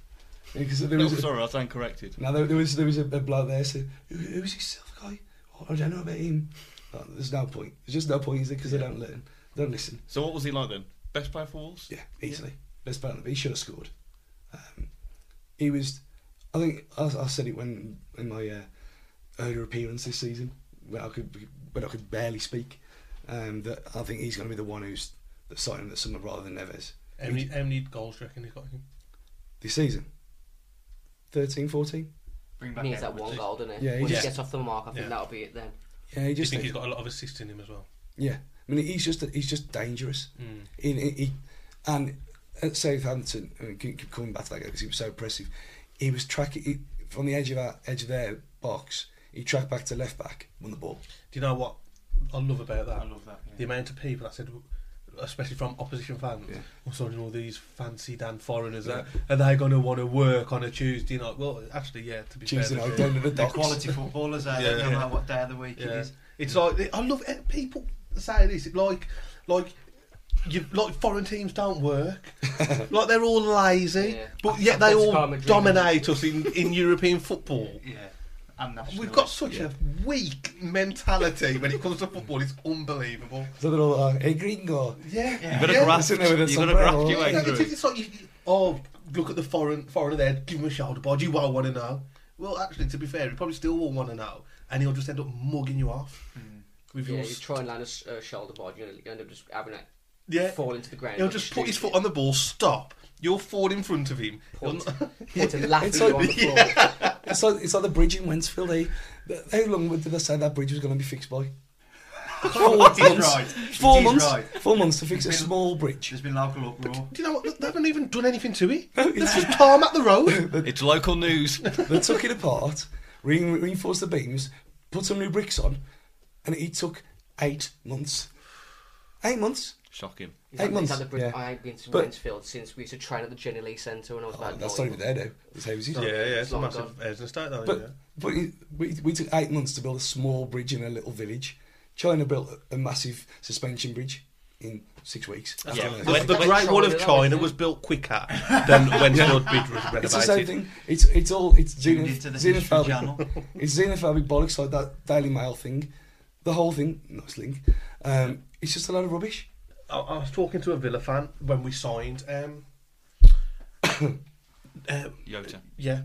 [SPEAKER 5] Because there
[SPEAKER 1] No,
[SPEAKER 5] was a,
[SPEAKER 1] Oh, sorry, I stand corrected.
[SPEAKER 5] now there, there was there was a, a bloke there said, Who, "Who's this silver guy? Oh, I don't know about him." Oh, there's no point. There's just no point, is there? Because they don't learn, they don't listen.
[SPEAKER 1] So what was he like then? Best player for Wolves?
[SPEAKER 5] Yeah, easily. Let's bet on it. He should have scored. Um, he was. I think I, I said it when in my uh, earlier appearance this season when I could when I could barely speak. Um, that I think he's going to be the one who's the signing that summer rather than Neves.
[SPEAKER 2] How many, how many goals do you reckon he's got? in?
[SPEAKER 5] this season 13 14
[SPEAKER 3] Bring
[SPEAKER 4] He
[SPEAKER 3] back
[SPEAKER 4] needs that
[SPEAKER 3] Edwards.
[SPEAKER 4] one goal, doesn't he?
[SPEAKER 5] Yeah, he
[SPEAKER 4] when
[SPEAKER 2] just-
[SPEAKER 4] he gets off the mark, I think
[SPEAKER 2] Yeah.
[SPEAKER 4] that'll be it then.
[SPEAKER 5] yeah he
[SPEAKER 2] Do you
[SPEAKER 5] just
[SPEAKER 2] think he's got a lot of assists in him as well?
[SPEAKER 5] yeah I mean he's just he's just dangerous
[SPEAKER 2] Mm.
[SPEAKER 5] he, he, he, and at Southampton I mean, keep keep coming back to that because he was so impressive he was tracking he, from the edge of our edge of their box he tracked back to left back won the ball
[SPEAKER 2] Do you know what I love about
[SPEAKER 3] I
[SPEAKER 2] that?
[SPEAKER 3] love that.
[SPEAKER 2] The
[SPEAKER 3] Yeah.
[SPEAKER 2] amount of people that said especially from opposition fans.
[SPEAKER 5] Yeah.
[SPEAKER 2] I'm sorry, all these fancy Dan foreigners, uh, are they going to want to work on a Tuesday night? Well, actually, yeah. To be
[SPEAKER 5] Tuesday
[SPEAKER 2] fair,
[SPEAKER 5] night,
[SPEAKER 2] they
[SPEAKER 5] down
[SPEAKER 2] do.
[SPEAKER 5] at the
[SPEAKER 3] They're
[SPEAKER 5] docks.
[SPEAKER 3] quality footballers, are
[SPEAKER 2] Yeah.
[SPEAKER 3] they? No
[SPEAKER 2] Yeah.
[SPEAKER 3] matter what day of the week
[SPEAKER 2] Yeah.
[SPEAKER 3] it is.
[SPEAKER 2] It's like I love it. people say this. Like, like you like foreign teams don't work. like they're all lazy,
[SPEAKER 4] Yeah.
[SPEAKER 2] but yet they all
[SPEAKER 4] Atletico Madrid.
[SPEAKER 2] dominate us in, in European football.
[SPEAKER 3] Yeah. And national.
[SPEAKER 2] We've got such a weak mentality when it comes to football. It's unbelievable.
[SPEAKER 5] So they're all like, uh, hey, gringo.
[SPEAKER 2] Yeah,
[SPEAKER 3] Yeah.
[SPEAKER 1] You've got to
[SPEAKER 2] yeah.
[SPEAKER 1] graft.
[SPEAKER 5] Sitting there with a
[SPEAKER 1] You've got to
[SPEAKER 5] sombrero.
[SPEAKER 1] graft your way
[SPEAKER 2] Yeah,
[SPEAKER 1] through.
[SPEAKER 2] it's,
[SPEAKER 1] it.
[SPEAKER 2] it's like you, you- oh, look at the foreign foreigner there. Give him a shoulder bod. You won't want to know. oh. Well, actually, to be fair, he probably still will want to know, and he'll just end up mugging you off with
[SPEAKER 4] Yeah,
[SPEAKER 2] your
[SPEAKER 4] you try and land a s- uh, shoulder bod, you know, you end up just having that
[SPEAKER 2] Yeah.
[SPEAKER 4] fall into the ground.
[SPEAKER 2] He'll
[SPEAKER 4] like
[SPEAKER 2] just
[SPEAKER 4] you
[SPEAKER 2] put his
[SPEAKER 4] shoot
[SPEAKER 2] foot
[SPEAKER 4] it.
[SPEAKER 2] on the ball, stop. You'll fall in front of him. He'll
[SPEAKER 4] Point,
[SPEAKER 2] not-
[SPEAKER 4] <laughs> point and laugh at you on the floor.
[SPEAKER 5] It's like, it's like the bridge in Wentzville. Eh? Th- How long did they say that bridge was going to be fixed by? Four
[SPEAKER 3] <laughs>
[SPEAKER 5] months.
[SPEAKER 3] He's right.
[SPEAKER 5] Four
[SPEAKER 3] He's
[SPEAKER 5] months.
[SPEAKER 3] right.
[SPEAKER 5] Four months to fix a
[SPEAKER 3] Been-
[SPEAKER 5] small bridge.
[SPEAKER 3] There's been local uproar.
[SPEAKER 2] Do you know what? They haven't even done anything to it. It's
[SPEAKER 5] It's-
[SPEAKER 2] just tarmac the road.
[SPEAKER 5] <laughs>
[SPEAKER 1] It's local news.
[SPEAKER 5] they took it apart, re- reinforced the beams, put some new bricks on, and it took eight months. Eight months?
[SPEAKER 1] Shocking.
[SPEAKER 4] He's like,
[SPEAKER 5] Eight
[SPEAKER 4] he's
[SPEAKER 5] months,
[SPEAKER 4] had the bridge-
[SPEAKER 5] yeah.
[SPEAKER 4] I ain't been to
[SPEAKER 5] But-
[SPEAKER 4] Mansfield since we used to train at the Jenny Lee Centre when I was
[SPEAKER 5] Oh,
[SPEAKER 4] about
[SPEAKER 5] that's not
[SPEAKER 4] nine.
[SPEAKER 5] even there now. It's houses.
[SPEAKER 4] it's a massive
[SPEAKER 2] Ed's mistake, though.
[SPEAKER 5] But but it, we, we took eight months to build a small bridge in a little village. China built a, a massive suspension bridge in six weeks.
[SPEAKER 1] That's Yeah.
[SPEAKER 5] After-
[SPEAKER 1] When-
[SPEAKER 2] the
[SPEAKER 4] when
[SPEAKER 2] Great Wall of
[SPEAKER 4] China,
[SPEAKER 2] China
[SPEAKER 4] isn't it?
[SPEAKER 2] was built quicker than when yeah. Bridge was renovated.
[SPEAKER 5] It's the same thing. It's it's all it's
[SPEAKER 3] Tuned
[SPEAKER 5] xenoph-
[SPEAKER 3] into the History Channel.
[SPEAKER 5] xenophobic. <laughs> it's xenophobic bollocks like that Daily Mail thing. The whole thing, nice link. Um, it's just a load of rubbish.
[SPEAKER 2] I, I was talking to a Villa fan when we signed. Um, uh,
[SPEAKER 1] Yota.
[SPEAKER 2] yeah,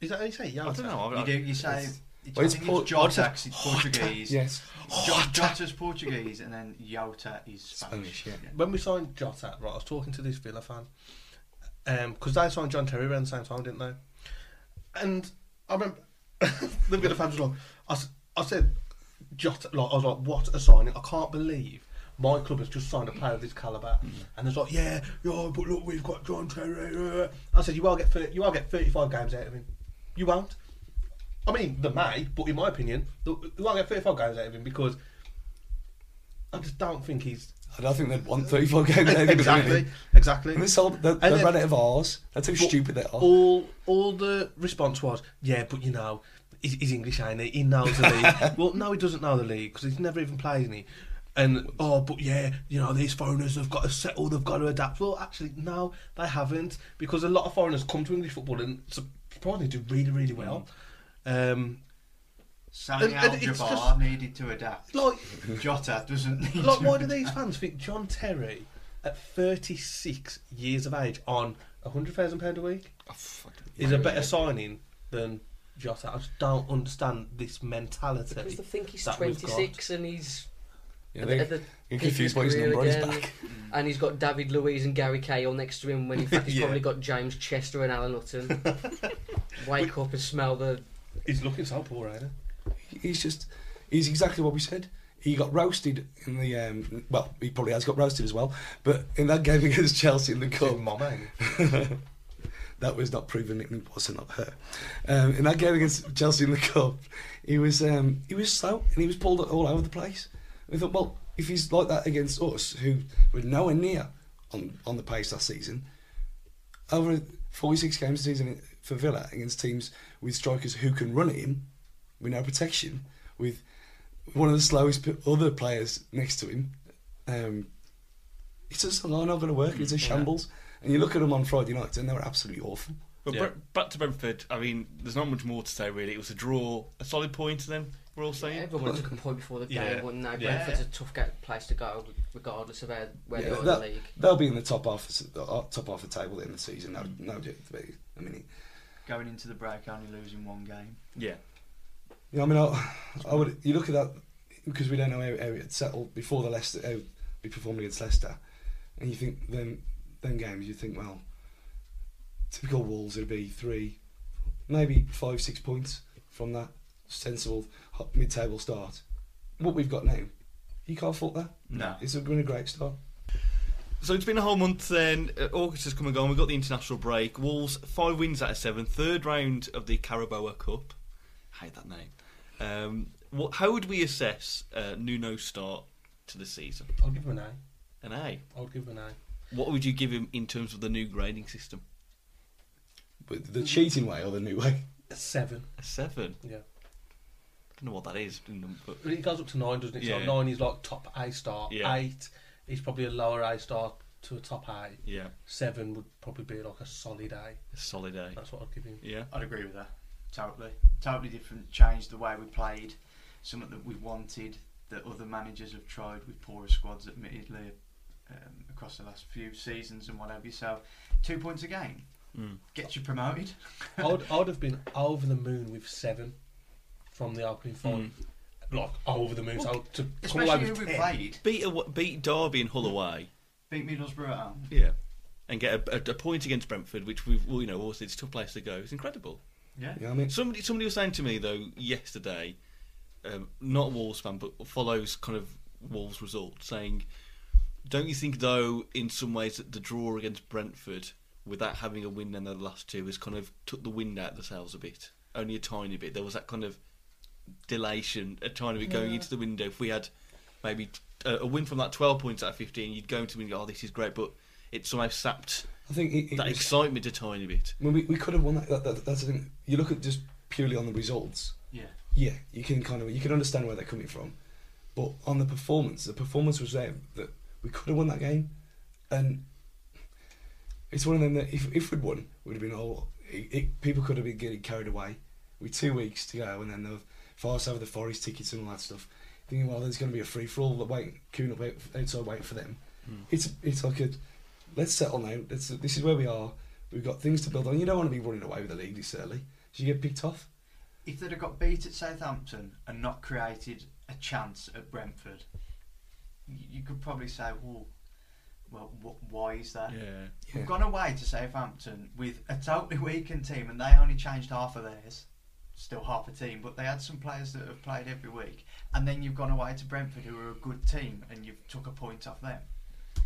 [SPEAKER 2] is that how you say? it?
[SPEAKER 1] I
[SPEAKER 2] Yeah,
[SPEAKER 1] don't know. I,
[SPEAKER 3] You
[SPEAKER 1] I,
[SPEAKER 3] do. You say. It's,
[SPEAKER 5] Well, it's
[SPEAKER 3] I think
[SPEAKER 5] Port-
[SPEAKER 3] it's Jotax,
[SPEAKER 5] Jotax.
[SPEAKER 3] it's Portuguese.
[SPEAKER 5] <laughs> Yes,
[SPEAKER 3] Jo- Jota's Portuguese, and then Yota is Spanish.
[SPEAKER 5] Spanish, yeah.
[SPEAKER 2] when we signed Jota, right, I was talking to this Villa fan because they signed John Terry around the same time, didn't they? And I remember <laughs> the Villa fan was like, I, s- I said, Jota, like, I was like, what a signing! I can't believe. My club has just signed a player of this calibre, and it's like, yeah, yeah, but look, we've got John Terry. I said, you will get thir- you will get thirty-five games out of him. You won't. I mean, they may, but in my opinion, they they won't get thirty-five games out of him because I just don't think he's
[SPEAKER 5] I don't think they'd want thirty-four games. out of it,
[SPEAKER 2] exactly,
[SPEAKER 5] really.
[SPEAKER 2] exactly.
[SPEAKER 5] And they sold. They, they
[SPEAKER 2] And then-
[SPEAKER 5] ran out of ours. That's how
[SPEAKER 2] But
[SPEAKER 5] stupid they are.
[SPEAKER 2] All, all the response was, yeah, but you know, he's, he's English, ain't he? He knows the league. well, no, he doesn't know the league because he's never even played in it. And oh, but yeah, you know, these foreigners have got to settle, they've got to adapt. Well, actually, no, they haven't because a lot of foreigners come to English football and surprisingly do really, really well. Um,
[SPEAKER 3] Sami
[SPEAKER 2] And- and it's
[SPEAKER 3] Al-Jabbar
[SPEAKER 2] just-
[SPEAKER 3] needed to adapt.
[SPEAKER 2] like,
[SPEAKER 3] Jota
[SPEAKER 2] <laughs>
[SPEAKER 3] doesn't need
[SPEAKER 2] like,
[SPEAKER 3] to
[SPEAKER 2] why do these fans think John Terry, at 36 years of age, on £100,000 a week?
[SPEAKER 1] I Oh, fucking-
[SPEAKER 2] is a better signing than Jota. I just don't understand this mentality.
[SPEAKER 4] Because they think he's
[SPEAKER 2] that we've got.
[SPEAKER 4] 26 and he's
[SPEAKER 5] Yeah,
[SPEAKER 4] at
[SPEAKER 5] they-
[SPEAKER 4] the- at the
[SPEAKER 5] you're
[SPEAKER 4] peak of
[SPEAKER 5] confused by his
[SPEAKER 4] career
[SPEAKER 5] number on his
[SPEAKER 4] again.
[SPEAKER 5] back.
[SPEAKER 4] And he's got David Luiz and Gary Cahill next to him when
[SPEAKER 5] <laughs>
[SPEAKER 4] in fact he's
[SPEAKER 2] Yeah.
[SPEAKER 4] probably got James Chester and Alan Hutton. Wake up and smell the.
[SPEAKER 2] He's looking so poor, ain't
[SPEAKER 5] He's just. He's exactly what we said. He got roasted in the. Um, well, he probably has got roasted as well. But in that game <laughs> against Chelsea in the
[SPEAKER 2] he?
[SPEAKER 5] cup,
[SPEAKER 2] Good mom, ain't he?
[SPEAKER 5] <laughs> that was not proven it was not her. Um, in that game against Chelsea in the cup, he was um, he was slow and he was pulled all over the place. We thought, well, if he's like that against us, who were nowhere near on on the pace last season, over 46 games a season for Villa against teams with strikers who can run at him with no protection, with one of the slowest p- other players next to him. Um, it's just not going to work. It's a shambles. And you look at them on Friday nights, and they were absolutely awful.
[SPEAKER 1] But
[SPEAKER 2] Yeah.
[SPEAKER 1] Bre- back to Brentford. I mean, there's not much more to say really. It was a draw, a solid point to them. We're all saying.
[SPEAKER 4] Everyone took a point before the game,
[SPEAKER 2] Yeah.
[SPEAKER 4] but now
[SPEAKER 2] Yeah.
[SPEAKER 4] Brentford's a tough ga- place to go, regardless of where, where
[SPEAKER 5] Yeah,
[SPEAKER 4] they are in
[SPEAKER 5] that-
[SPEAKER 4] the league.
[SPEAKER 5] They'll be in the top half, the top half of the table in the season. No, no doubt. to be. I mean,
[SPEAKER 3] Going into the break, only losing one game.
[SPEAKER 1] Yeah.
[SPEAKER 5] you know, I mean, I, I would. You look at that because we don't know how, how it settled before the Leicester how we performed against Leicester, and you think then then games you think well, typical Wolves it'd be three, maybe five six points from that sensible hot- mid-table start. What we've got now, you can't fault that.
[SPEAKER 3] No.
[SPEAKER 5] It's been a great start.
[SPEAKER 1] So it's been a whole month then. Uh, August has come and gone. We've got the international break. Wolves, five wins out of seven. Third round of the Carabao Cup. I hate that name. Um, what, how would we assess uh, Nuno's start to the season?
[SPEAKER 2] I'll give him an A.
[SPEAKER 1] An A.
[SPEAKER 2] I would give him an
[SPEAKER 1] What would you give him in terms of the new grading system?
[SPEAKER 5] But the cheating way or the new way?
[SPEAKER 2] A. Seven.
[SPEAKER 1] A seven.
[SPEAKER 2] Yeah.
[SPEAKER 1] don't know what that is. in them, but-
[SPEAKER 2] But it goes up to nine, doesn't it?
[SPEAKER 1] Yeah.
[SPEAKER 2] So nine is like top A star.
[SPEAKER 1] Yeah.
[SPEAKER 2] Eight is probably a lower A star to a top A.
[SPEAKER 1] Yeah,
[SPEAKER 2] Seven would probably be like a solid A.
[SPEAKER 1] a solid A.
[SPEAKER 2] That's what I'd give him.
[SPEAKER 1] Yeah.
[SPEAKER 3] I'd agree with that. Totally. Totally different. Changed the way we played. Something that we wanted that other managers have tried with poorer squads, admittedly, um, across the last few seasons and what have you. So, two points a game
[SPEAKER 1] Mm.
[SPEAKER 3] gets you promoted.
[SPEAKER 2] I would, I would have been over the moon with seven from the opening
[SPEAKER 1] Mm.
[SPEAKER 2] five. Like, over the moon. so to come away
[SPEAKER 3] <laughs> Especially who
[SPEAKER 2] with
[SPEAKER 3] we
[SPEAKER 2] ten.
[SPEAKER 3] played.
[SPEAKER 1] Beat a, beat Derby and Hull away.
[SPEAKER 3] Beat Middlesbrough at home.
[SPEAKER 1] Yeah, and get a, a, a point against Brentford, which we've well, you know also it's a tough place to go. It's incredible.
[SPEAKER 3] Yeah.
[SPEAKER 5] You know what I mean?
[SPEAKER 1] Somebody somebody was saying to me though yesterday, um, not a Wolves fan but follows kind of Wolves result, saying, "Don't you think though in some ways that the draw against Brentford without having a win in the last two has kind of took the wind out of the sails a bit, only a tiny bit. There was that kind of delation, a tiny bit going into the window. If we had maybe uh, a, a win from that twelve points out of fifteen, you'd go into the window. Oh, this is great, but it somehow sapped
[SPEAKER 5] I think it, it
[SPEAKER 1] that
[SPEAKER 5] was-
[SPEAKER 1] excitement a tiny bit.
[SPEAKER 5] I mean, we, we could have won that, that, that. That's the thing. You look at just purely on the results.
[SPEAKER 3] Yeah.
[SPEAKER 5] Yeah, you can kind of you can understand where they're coming from, but on the performance, the performance was there that we could have won that game, and it's one of them that if if we'd won, would have been all it, it, people could have been getting carried away with two weeks to go, and then the fast over the forest tickets and all that stuff. Thinking, well, there's going to be a free for all. Waiting, queuing up out- outside, waiting for them. It's it's like a let's settle now. Let's, this is where we are. We've got things to build on. You don't want to be running away with the league this early. So you get picked off.
[SPEAKER 3] If they'd have got beat at Southampton and not created a chance at Brentford, y- you could probably say, well, well wh- why is that?
[SPEAKER 1] Yeah.
[SPEAKER 5] Yeah.
[SPEAKER 3] We've gone away to Southampton with a totally weakened team, and they only changed half of theirs. Still half a team, but they had some players that have played every week. And then you've gone away to Brentford, who are a good team, and you've took a point off them.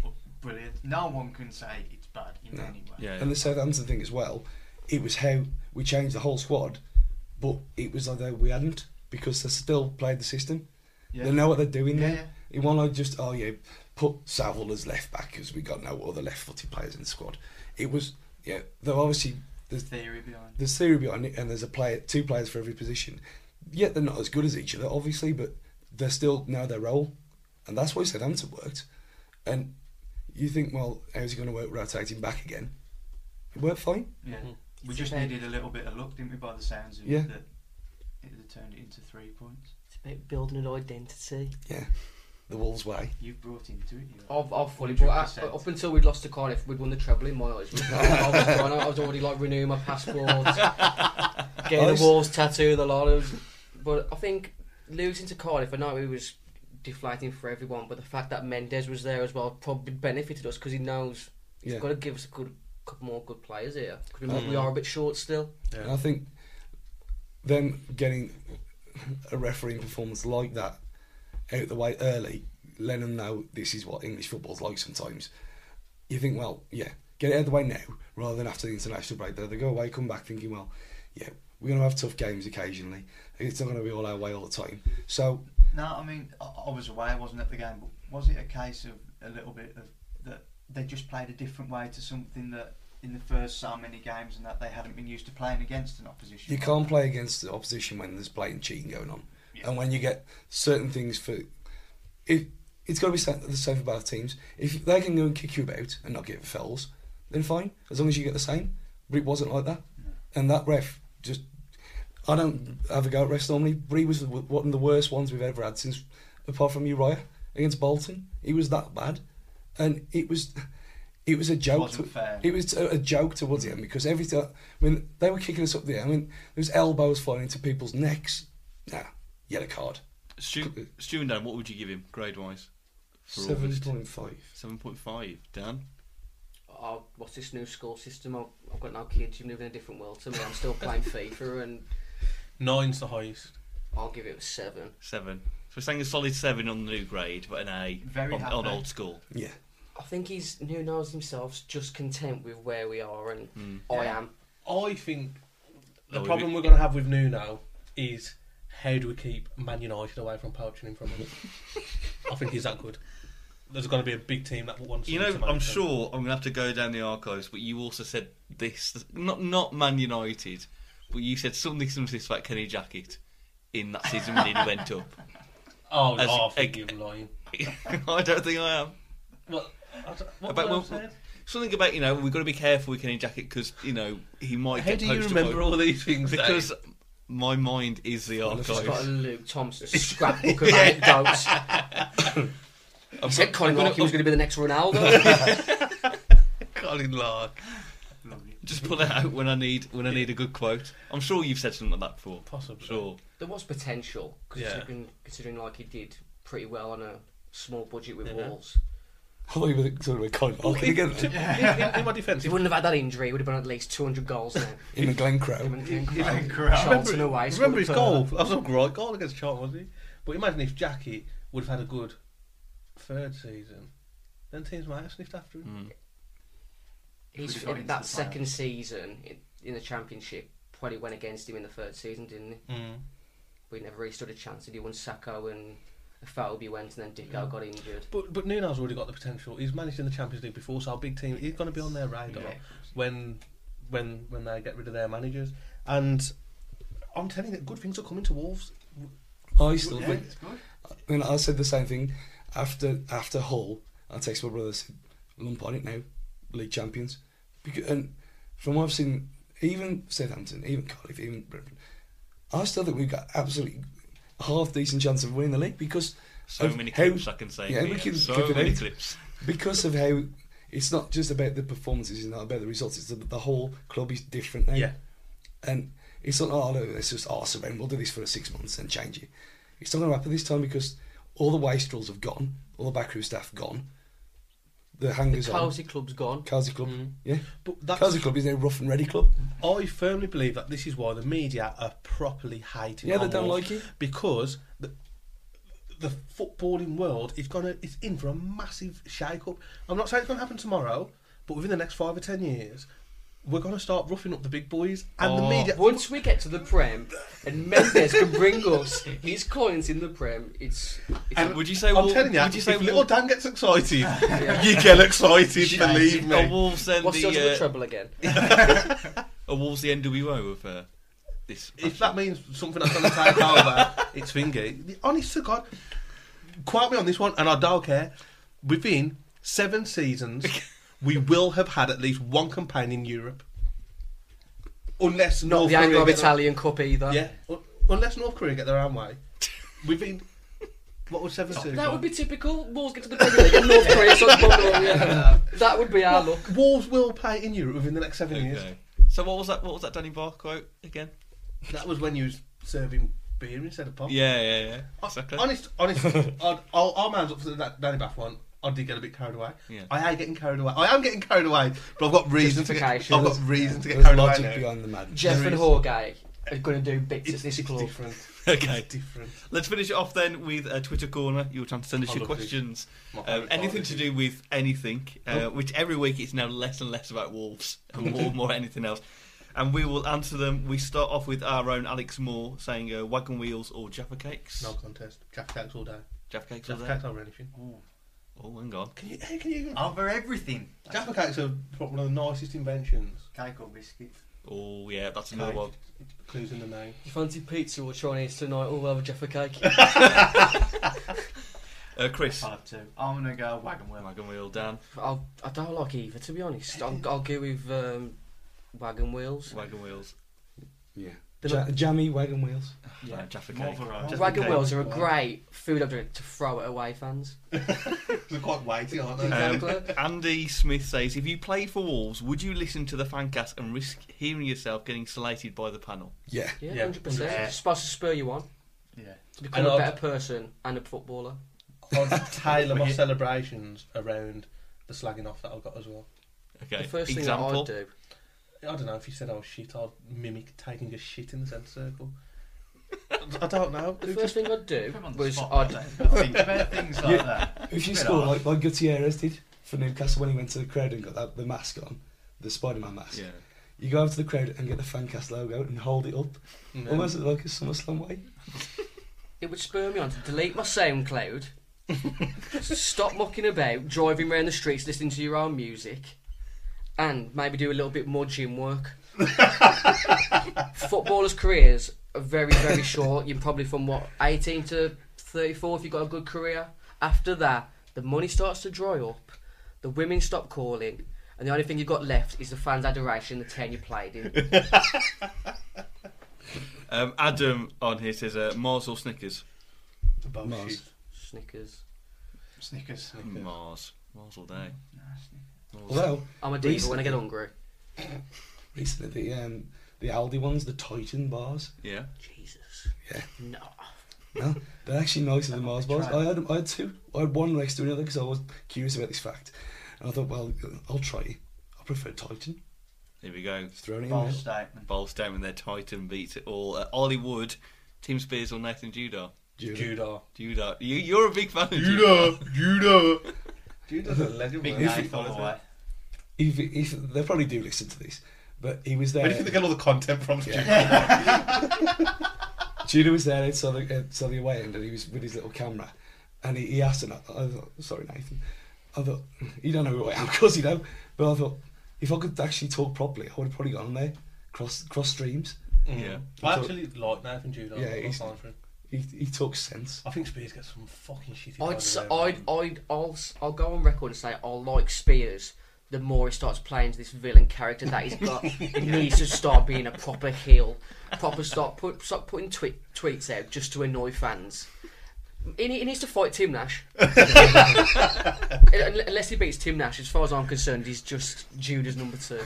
[SPEAKER 3] Oh, Brilliant. No one can say it's bad in
[SPEAKER 5] No.
[SPEAKER 3] any way.
[SPEAKER 1] Yeah.
[SPEAKER 5] And the Southampton thing as well, it was how we changed the whole squad, but it was like though we hadn't because they still played the system.
[SPEAKER 3] Yeah.
[SPEAKER 5] They know what they're doing
[SPEAKER 3] Yeah,
[SPEAKER 5] now.
[SPEAKER 3] yeah.
[SPEAKER 5] It wasn't like just, oh yeah, put Savile as left back because we got no other left footed players in the squad. It was, yeah, though obviously there's,
[SPEAKER 3] Theory behind it.
[SPEAKER 5] there's theory behind it and there's a player, two players for every position. Yet they're not as good as each other, obviously, but they still know their role. And that's why Southampton worked. And you think, well, how's he going to work rotating back again? It worked fine.
[SPEAKER 3] Yeah.
[SPEAKER 2] Mhm.
[SPEAKER 3] We just
[SPEAKER 4] Okay.
[SPEAKER 3] needed a little bit of luck, didn't we, by the sounds of
[SPEAKER 5] Mm-hmm. Yeah.
[SPEAKER 3] it, that it had turned it into three points.
[SPEAKER 4] It's about building an identity.
[SPEAKER 5] Yeah, the Wolves way.
[SPEAKER 3] You've brought into it, you
[SPEAKER 4] I've, I've fully bought
[SPEAKER 3] 100%.
[SPEAKER 4] Up until we'd lost to Cardiff, we'd won the treble in my eyes. I was, gone, I was already like renewing my passport,
[SPEAKER 5] <laughs>
[SPEAKER 4] getting
[SPEAKER 5] Honest-
[SPEAKER 4] the walls tattoo, the lot. of- But I think losing to Cardiff, I know it was deflating for everyone, but the fact that Mendes was there as well probably benefited us because he knows he's
[SPEAKER 5] Yeah,
[SPEAKER 4] got to give us a good couple more good players here. 'Cause we,
[SPEAKER 5] Mm.
[SPEAKER 4] we are a bit short still.
[SPEAKER 5] and I think them getting a refereeing performance like that out the way early, letting them know this is what English football's like sometimes. You think, well, yeah, get it out of the way now rather than after the international break. They they go away, come back thinking, well, yeah, we're going to have tough games occasionally. It's not going to be all our way all the time. So
[SPEAKER 3] No, I mean, I, I was away, I wasn't at the game, but was it a case of a little bit of that they just played a different way to something that in the first so many games and that they hadn't been used to playing against an opposition?
[SPEAKER 5] You can't play against the opposition when there's blatant cheating going on,
[SPEAKER 3] Yeah.
[SPEAKER 5] and when you get certain things for, if it's got to be sa- the same for both teams. If they can go and kick you about and not get fouls, then fine, as long as you get the same. But it wasn't like that, and that ref just. I don't have a go at refs normally, but he was w- one of the worst ones we've ever had since, apart from Uriah against Bolton. He was that bad, and it was, it was a joke.
[SPEAKER 3] Wasn't
[SPEAKER 5] to-
[SPEAKER 3] fair.
[SPEAKER 5] It was a, a joke towards him because every time when they were kicking us up the air, I mean, there was elbows flying into people's necks. Nah, yellow card.
[SPEAKER 1] Stu, Stu and Dan, what would you give him grade wise?
[SPEAKER 5] Seven point five.
[SPEAKER 1] Seven point five. Dan.
[SPEAKER 4] Oh, what's this new school system? I've, I've got no kids. You live in a different world to me. I'm still playing <laughs> FIFA, and
[SPEAKER 2] Nine's the highest.
[SPEAKER 4] I'll give it a seven.
[SPEAKER 1] Seven. So we're saying a solid seven on the new grade, but an A
[SPEAKER 3] Very
[SPEAKER 1] on,
[SPEAKER 3] happy.
[SPEAKER 1] on old school.
[SPEAKER 5] Yeah,
[SPEAKER 4] I think he's new knows himself's just content with where we are, and
[SPEAKER 2] Hmm.
[SPEAKER 4] I
[SPEAKER 3] Yeah.
[SPEAKER 4] am.
[SPEAKER 2] I think the
[SPEAKER 1] Oh,
[SPEAKER 2] problem
[SPEAKER 1] we-
[SPEAKER 2] we're going to have with Nuno is
[SPEAKER 3] <laughs>
[SPEAKER 2] how do we keep Man United away from poaching him from us? I think he's that good. there's going to be a big team that wants.
[SPEAKER 1] You
[SPEAKER 2] them
[SPEAKER 1] know,
[SPEAKER 2] to make
[SPEAKER 1] I'm
[SPEAKER 2] it.
[SPEAKER 1] sure I'm gonna have to go down the archives, but you also said this not not Man United, but you said something similar to this about Kenny Jacket in that season
[SPEAKER 2] <laughs>
[SPEAKER 1] when he went up. <laughs>
[SPEAKER 2] Oh,
[SPEAKER 1] as-
[SPEAKER 2] no, I think
[SPEAKER 1] ag-
[SPEAKER 2] you're lying.
[SPEAKER 1] I don't think I am.
[SPEAKER 2] Well, I don't- what
[SPEAKER 1] About-
[SPEAKER 2] was I
[SPEAKER 1] well,
[SPEAKER 2] saying?
[SPEAKER 1] Something about you know we've got to be careful with Kenny Jacket because you know he might.
[SPEAKER 2] How
[SPEAKER 1] get
[SPEAKER 2] do you
[SPEAKER 1] poached
[SPEAKER 2] remember
[SPEAKER 1] by-
[SPEAKER 2] all these things? Dave?
[SPEAKER 1] Because my mind is the
[SPEAKER 5] Well,
[SPEAKER 4] Just got a
[SPEAKER 1] archives.
[SPEAKER 2] <laughs>
[SPEAKER 4] Luke Thompson scrapbook of anecdotes.
[SPEAKER 1] I've
[SPEAKER 4] Said Colin
[SPEAKER 1] I've got-
[SPEAKER 4] Larkin was going to be the
[SPEAKER 2] <laughs>
[SPEAKER 4] next Ronaldo.
[SPEAKER 2] Colin Lark,
[SPEAKER 3] Lovely.
[SPEAKER 1] Just pull it out when I need when I need a good quote. I'm sure you've said something like that before.
[SPEAKER 2] possibly.
[SPEAKER 1] Sure.
[SPEAKER 4] there was potential
[SPEAKER 2] Yeah.
[SPEAKER 4] considering, considering like he did pretty well on a small budget with
[SPEAKER 2] Yeah.
[SPEAKER 4] Wolves.
[SPEAKER 5] I thought you were talking about Colin
[SPEAKER 2] Well,
[SPEAKER 5] Larkin
[SPEAKER 2] in,
[SPEAKER 1] <laughs>
[SPEAKER 5] again.
[SPEAKER 2] to- in- in- in my defence,
[SPEAKER 4] He
[SPEAKER 2] if-
[SPEAKER 4] wouldn't have had that injury. He would have been at least 200 goals
[SPEAKER 2] <laughs>
[SPEAKER 4] now.
[SPEAKER 5] In the Glen Crow.
[SPEAKER 3] Glenn
[SPEAKER 2] Remember,
[SPEAKER 3] Crowe.
[SPEAKER 4] Charlton away. scored
[SPEAKER 2] remember his
[SPEAKER 4] a
[SPEAKER 2] goal? That was a great goal against Charlton, wasn't he? But imagine if Jackie would have had a good third season. Then teams might have sniffed after him.
[SPEAKER 1] Mm.
[SPEAKER 4] He's,
[SPEAKER 3] If we got into
[SPEAKER 4] that
[SPEAKER 3] the
[SPEAKER 4] second season in, in the Championship probably went against him in the third season, didn't he?
[SPEAKER 2] Mm.
[SPEAKER 4] We never really stood a chance. Did he won Sacco and Falby went, and then Dicko got injured.
[SPEAKER 2] But but Nuno's already got the potential. He's managed in the Champions League before, so a big team. He's going to be on their radar
[SPEAKER 3] Yeah.
[SPEAKER 2] when when when they get rid of their managers. And I'm telling you, good things are coming to Wolves.
[SPEAKER 5] I still
[SPEAKER 3] Yeah,
[SPEAKER 5] think.
[SPEAKER 3] it's good.
[SPEAKER 5] I mean, I said the same thing after after Hull. I texted my brother and said, "Lump on it now, league champions." Because, and from what I've seen, even Southampton, even Cardiff, even Brentford, I still think we've got absolutely half decent chance of winning the league because
[SPEAKER 1] So
[SPEAKER 5] of
[SPEAKER 1] many
[SPEAKER 5] how-
[SPEAKER 1] clips I can say.
[SPEAKER 5] Yeah, we
[SPEAKER 1] here.
[SPEAKER 5] can
[SPEAKER 1] so
[SPEAKER 5] clip it
[SPEAKER 1] many
[SPEAKER 5] out.
[SPEAKER 1] clips.
[SPEAKER 5] because of how it's not just about the performances, it's not about the results. It's that the whole club is different now.
[SPEAKER 2] Yeah.
[SPEAKER 5] and it's not. Oh, no, it's just Arsenal. We'll do this for six months and change it. It's not going to happen this time because all the wastrels have gone, all the backroom staff gone, the
[SPEAKER 4] The
[SPEAKER 5] hangers on.
[SPEAKER 4] Cozy Club's gone.
[SPEAKER 5] Cozy Club, yeah.
[SPEAKER 2] But that's
[SPEAKER 5] Cozy Club is now rough and ready club.
[SPEAKER 2] I firmly believe that this is why the media are properly hating.
[SPEAKER 5] Yeah, they
[SPEAKER 2] on
[SPEAKER 5] don't
[SPEAKER 2] Wolves,
[SPEAKER 5] like it.
[SPEAKER 2] because the, the footballing world is gonna is in for a massive shake-up. I'm not saying it's gonna happen tomorrow, but within the next five or ten years, we're gonna start roughing up the big boys and the
[SPEAKER 1] Oh.
[SPEAKER 2] media.
[SPEAKER 4] Once we get to the Prem and Mendes can bring us his coins in the Prem, it's. it's
[SPEAKER 1] And would you say?
[SPEAKER 2] I'm
[SPEAKER 1] Wolves-
[SPEAKER 2] telling you,
[SPEAKER 1] would you say
[SPEAKER 2] if little
[SPEAKER 1] Wolves-
[SPEAKER 2] Dan gets excited,
[SPEAKER 4] Yeah.
[SPEAKER 2] you <laughs> get excited.
[SPEAKER 1] Should-
[SPEAKER 2] believe
[SPEAKER 1] Are
[SPEAKER 2] me.
[SPEAKER 1] Wolves then
[SPEAKER 4] what's the odds of
[SPEAKER 1] the
[SPEAKER 4] the
[SPEAKER 1] uh,
[SPEAKER 2] <laughs>
[SPEAKER 4] treble again?
[SPEAKER 1] are Wolves the NWO of uh, this?
[SPEAKER 2] If that means something that's gonna take over, it's Fingy. The- Honest to God, quote me on this one, and I don't care. Within seven
[SPEAKER 4] <laughs>
[SPEAKER 2] seasons, we will have had at least one campaign in Europe, unless
[SPEAKER 4] Not
[SPEAKER 2] North
[SPEAKER 4] the
[SPEAKER 2] Korea
[SPEAKER 4] Anglo
[SPEAKER 2] get their-
[SPEAKER 4] Italian Cup either.
[SPEAKER 2] Yeah, un- unless North Korea get their own
[SPEAKER 4] <laughs>
[SPEAKER 2] way, within what was seven seasons?
[SPEAKER 4] That would be typical. Wolves get to the Premier League and <laughs> North Korea starts bungling, <laughs> yeah. That would be our luck.
[SPEAKER 2] Wolves will play in Europe within the next seven years.
[SPEAKER 1] Okay. So what was that? What was that Danny Bar quote again?
[SPEAKER 2] That was when you was serving beer instead of pop.
[SPEAKER 1] Yeah, yeah, yeah. Exactly.
[SPEAKER 2] Honest, <laughs> honest, I'd, I'll, I'll man's up for that Danny Bath one. I did get a bit carried away.
[SPEAKER 1] Yeah.
[SPEAKER 2] I am getting carried away. I am getting carried away, but I've got reason to get. I've
[SPEAKER 4] Justification.
[SPEAKER 2] got reason to get
[SPEAKER 5] There's
[SPEAKER 2] carried away
[SPEAKER 5] logic
[SPEAKER 2] now.
[SPEAKER 5] behind the madness.
[SPEAKER 4] Jeff
[SPEAKER 2] There
[SPEAKER 4] and
[SPEAKER 2] is.
[SPEAKER 4] Horgay are going to do bits
[SPEAKER 2] It's,
[SPEAKER 4] at this
[SPEAKER 2] it's
[SPEAKER 4] club.
[SPEAKER 2] different.
[SPEAKER 1] <laughs> Okay.
[SPEAKER 2] It's different.
[SPEAKER 1] Let's finish it off then with a Twitter corner. Your time to send us
[SPEAKER 2] I
[SPEAKER 1] your
[SPEAKER 2] love this.
[SPEAKER 1] questions.
[SPEAKER 2] My
[SPEAKER 1] Um,
[SPEAKER 2] favourite part
[SPEAKER 1] anything
[SPEAKER 2] of
[SPEAKER 1] to
[SPEAKER 2] it.
[SPEAKER 1] do with anything, uh, which every week it's now less and less about wolves <laughs> and more, more anything else. And we will answer them. We start off with our own Alex Moore saying uh, wagon wheels or Jaffa cakes.
[SPEAKER 2] No contest. Jack Cakes all day.
[SPEAKER 1] Jaffa cakes.
[SPEAKER 2] Jack
[SPEAKER 1] are
[SPEAKER 2] Cakes
[SPEAKER 1] there?
[SPEAKER 2] over anything.
[SPEAKER 3] Ooh.
[SPEAKER 1] Oh, hang on.
[SPEAKER 2] Can you? Hey, can you?
[SPEAKER 3] Over everything.
[SPEAKER 2] Jaffa Cakes are probably one of the nicest inventions.
[SPEAKER 3] Geico biscuit.
[SPEAKER 1] Oh yeah, that's another one.
[SPEAKER 2] Clues in the name.
[SPEAKER 4] You fancy pizza or Chinese tonight? Oh, we'll have a Jaffa cake.
[SPEAKER 1] Uh, Chris.
[SPEAKER 3] I'll have two. I'm gonna go wagon wheel.
[SPEAKER 1] Wagon wheel, Dan.
[SPEAKER 4] I'll, I don't like either, to be honest. I'll, I'll go with um, Wagon Wheels.
[SPEAKER 1] Wagon wheels.
[SPEAKER 5] Yeah.
[SPEAKER 4] They're
[SPEAKER 5] Ja-
[SPEAKER 4] not-
[SPEAKER 5] jammy wagon
[SPEAKER 2] <laughs>
[SPEAKER 5] wheels.
[SPEAKER 4] Yeah.
[SPEAKER 1] No, Jaffa
[SPEAKER 3] More
[SPEAKER 1] cake.
[SPEAKER 3] of a road.
[SPEAKER 2] Just
[SPEAKER 4] Wagon
[SPEAKER 2] in case.
[SPEAKER 4] Wheels are a great food object to throw at away fans.
[SPEAKER 2] They're quite weighty, aren't they?
[SPEAKER 1] Um,
[SPEAKER 4] Exactly.
[SPEAKER 1] Andy Smith says, if you played for Wolves, would you listen to the fancast and risk hearing yourself getting slated by the panel?
[SPEAKER 5] Yeah.
[SPEAKER 4] Yeah,
[SPEAKER 2] Yeah.
[SPEAKER 4] 100%.
[SPEAKER 3] Yeah.
[SPEAKER 4] It's supposed to spur you on
[SPEAKER 3] Yeah.
[SPEAKER 4] to become
[SPEAKER 2] And
[SPEAKER 4] a
[SPEAKER 2] I'd-
[SPEAKER 4] better person and a footballer.
[SPEAKER 2] I'd tailor <laughs>
[SPEAKER 1] Bring
[SPEAKER 2] my
[SPEAKER 1] it.
[SPEAKER 2] celebrations around the slagging off that I got as well.
[SPEAKER 1] Okay.
[SPEAKER 4] The first thing that
[SPEAKER 1] Example.
[SPEAKER 4] I'd do,
[SPEAKER 2] I don't know if you said I was shit, I'd mimic taking a shit in the centre circle. I don't know.
[SPEAKER 4] the first thing I'd do
[SPEAKER 3] Oh, Put him on the
[SPEAKER 4] was
[SPEAKER 3] spot,
[SPEAKER 4] I'd
[SPEAKER 3] don't they? think about things like
[SPEAKER 4] <laughs>
[SPEAKER 5] Yeah.
[SPEAKER 3] that.
[SPEAKER 5] If you
[SPEAKER 3] Bit
[SPEAKER 5] score
[SPEAKER 3] off.
[SPEAKER 5] like, like Gutierrez did for Newcastle when he went to the crowd and got that, the mask on, the Spider-Man mask.
[SPEAKER 1] Yeah.
[SPEAKER 5] You go over to the crowd and get the Fancast logo and hold it up,
[SPEAKER 2] No.
[SPEAKER 5] almost like a SummerSlam way.
[SPEAKER 4] It would spur me on to delete my SoundCloud Stop mucking about, driving around the streets, listening to your own music, and maybe do a little bit more gym work. Footballers' careers are very, very short. You're probably from what, 18 to 34 if you've got a good career. After that, the money starts to dry up, the women stop calling, and the only thing you've got left is the fans' adoration, the town you played in.
[SPEAKER 1] Um, Adam on here says uh, Mars or Snickers.
[SPEAKER 2] Both
[SPEAKER 5] Mars.
[SPEAKER 2] shoes.
[SPEAKER 4] Snickers.
[SPEAKER 3] Snickers.
[SPEAKER 1] Mars. Mars all day.
[SPEAKER 3] Nah, Snickers.
[SPEAKER 5] Although
[SPEAKER 4] I'm a diva when I
[SPEAKER 5] Recently-
[SPEAKER 4] get hungry.
[SPEAKER 5] recently the um, the Aldi ones, the Titan bars,
[SPEAKER 1] Yeah.
[SPEAKER 4] Jesus.
[SPEAKER 5] Yeah.
[SPEAKER 4] No.
[SPEAKER 5] no, they're actually nicer than Mars bars.
[SPEAKER 3] Try
[SPEAKER 5] I had I had two. I had one next to another because I was curious about this fact, and I thought, well, I'll try it. I prefer Titan.
[SPEAKER 1] Here we go.
[SPEAKER 5] Just throwing it in
[SPEAKER 3] Bold
[SPEAKER 5] there.
[SPEAKER 3] statement.
[SPEAKER 1] Bolts down with their Titan beats it all. Uh, Ollie Wood, Tim Spears or Nathan Judar.
[SPEAKER 5] Judah.
[SPEAKER 2] Judah.
[SPEAKER 1] Judar. You, you're a big fan of Judar.
[SPEAKER 2] Judah. Judah. Judah's a legend.
[SPEAKER 3] Big
[SPEAKER 2] man.
[SPEAKER 3] knife all the way.
[SPEAKER 5] If, if they probably do listen to this, but he was there.
[SPEAKER 2] Where do you think they get all the content from?
[SPEAKER 5] Yeah.
[SPEAKER 2] Judah?
[SPEAKER 5] Judah was there outside the, outside the away end and he was with his little camera and he, he asked him, I thought, sorry Nathan, I thought, you don't know who I am, <laughs> of course you don't, but I thought, if I could actually talk properly, I would have probably got on there, cross cross streams.
[SPEAKER 1] Yeah.
[SPEAKER 2] I actually like Nathan Judah.
[SPEAKER 5] Yeah,
[SPEAKER 2] I'm
[SPEAKER 5] he's-
[SPEAKER 2] fine for him.
[SPEAKER 5] He, he talks sense.
[SPEAKER 2] I think Spears gets some fucking shitty.
[SPEAKER 4] I'd,
[SPEAKER 2] vibes
[SPEAKER 4] s-
[SPEAKER 2] around
[SPEAKER 4] I'd,
[SPEAKER 2] him.
[SPEAKER 4] I'd, I'll, s- I'll go on record and say I like Spears. The more he starts playing to this villain character that he's got, he needs to start being a proper heel, proper start put stop putting tweet, tweets out just to annoy fans. He, ne- he needs to fight Tim Nash. Un- Unless he beats Tim Nash, as far as I'm concerned, he's just Judah's number two.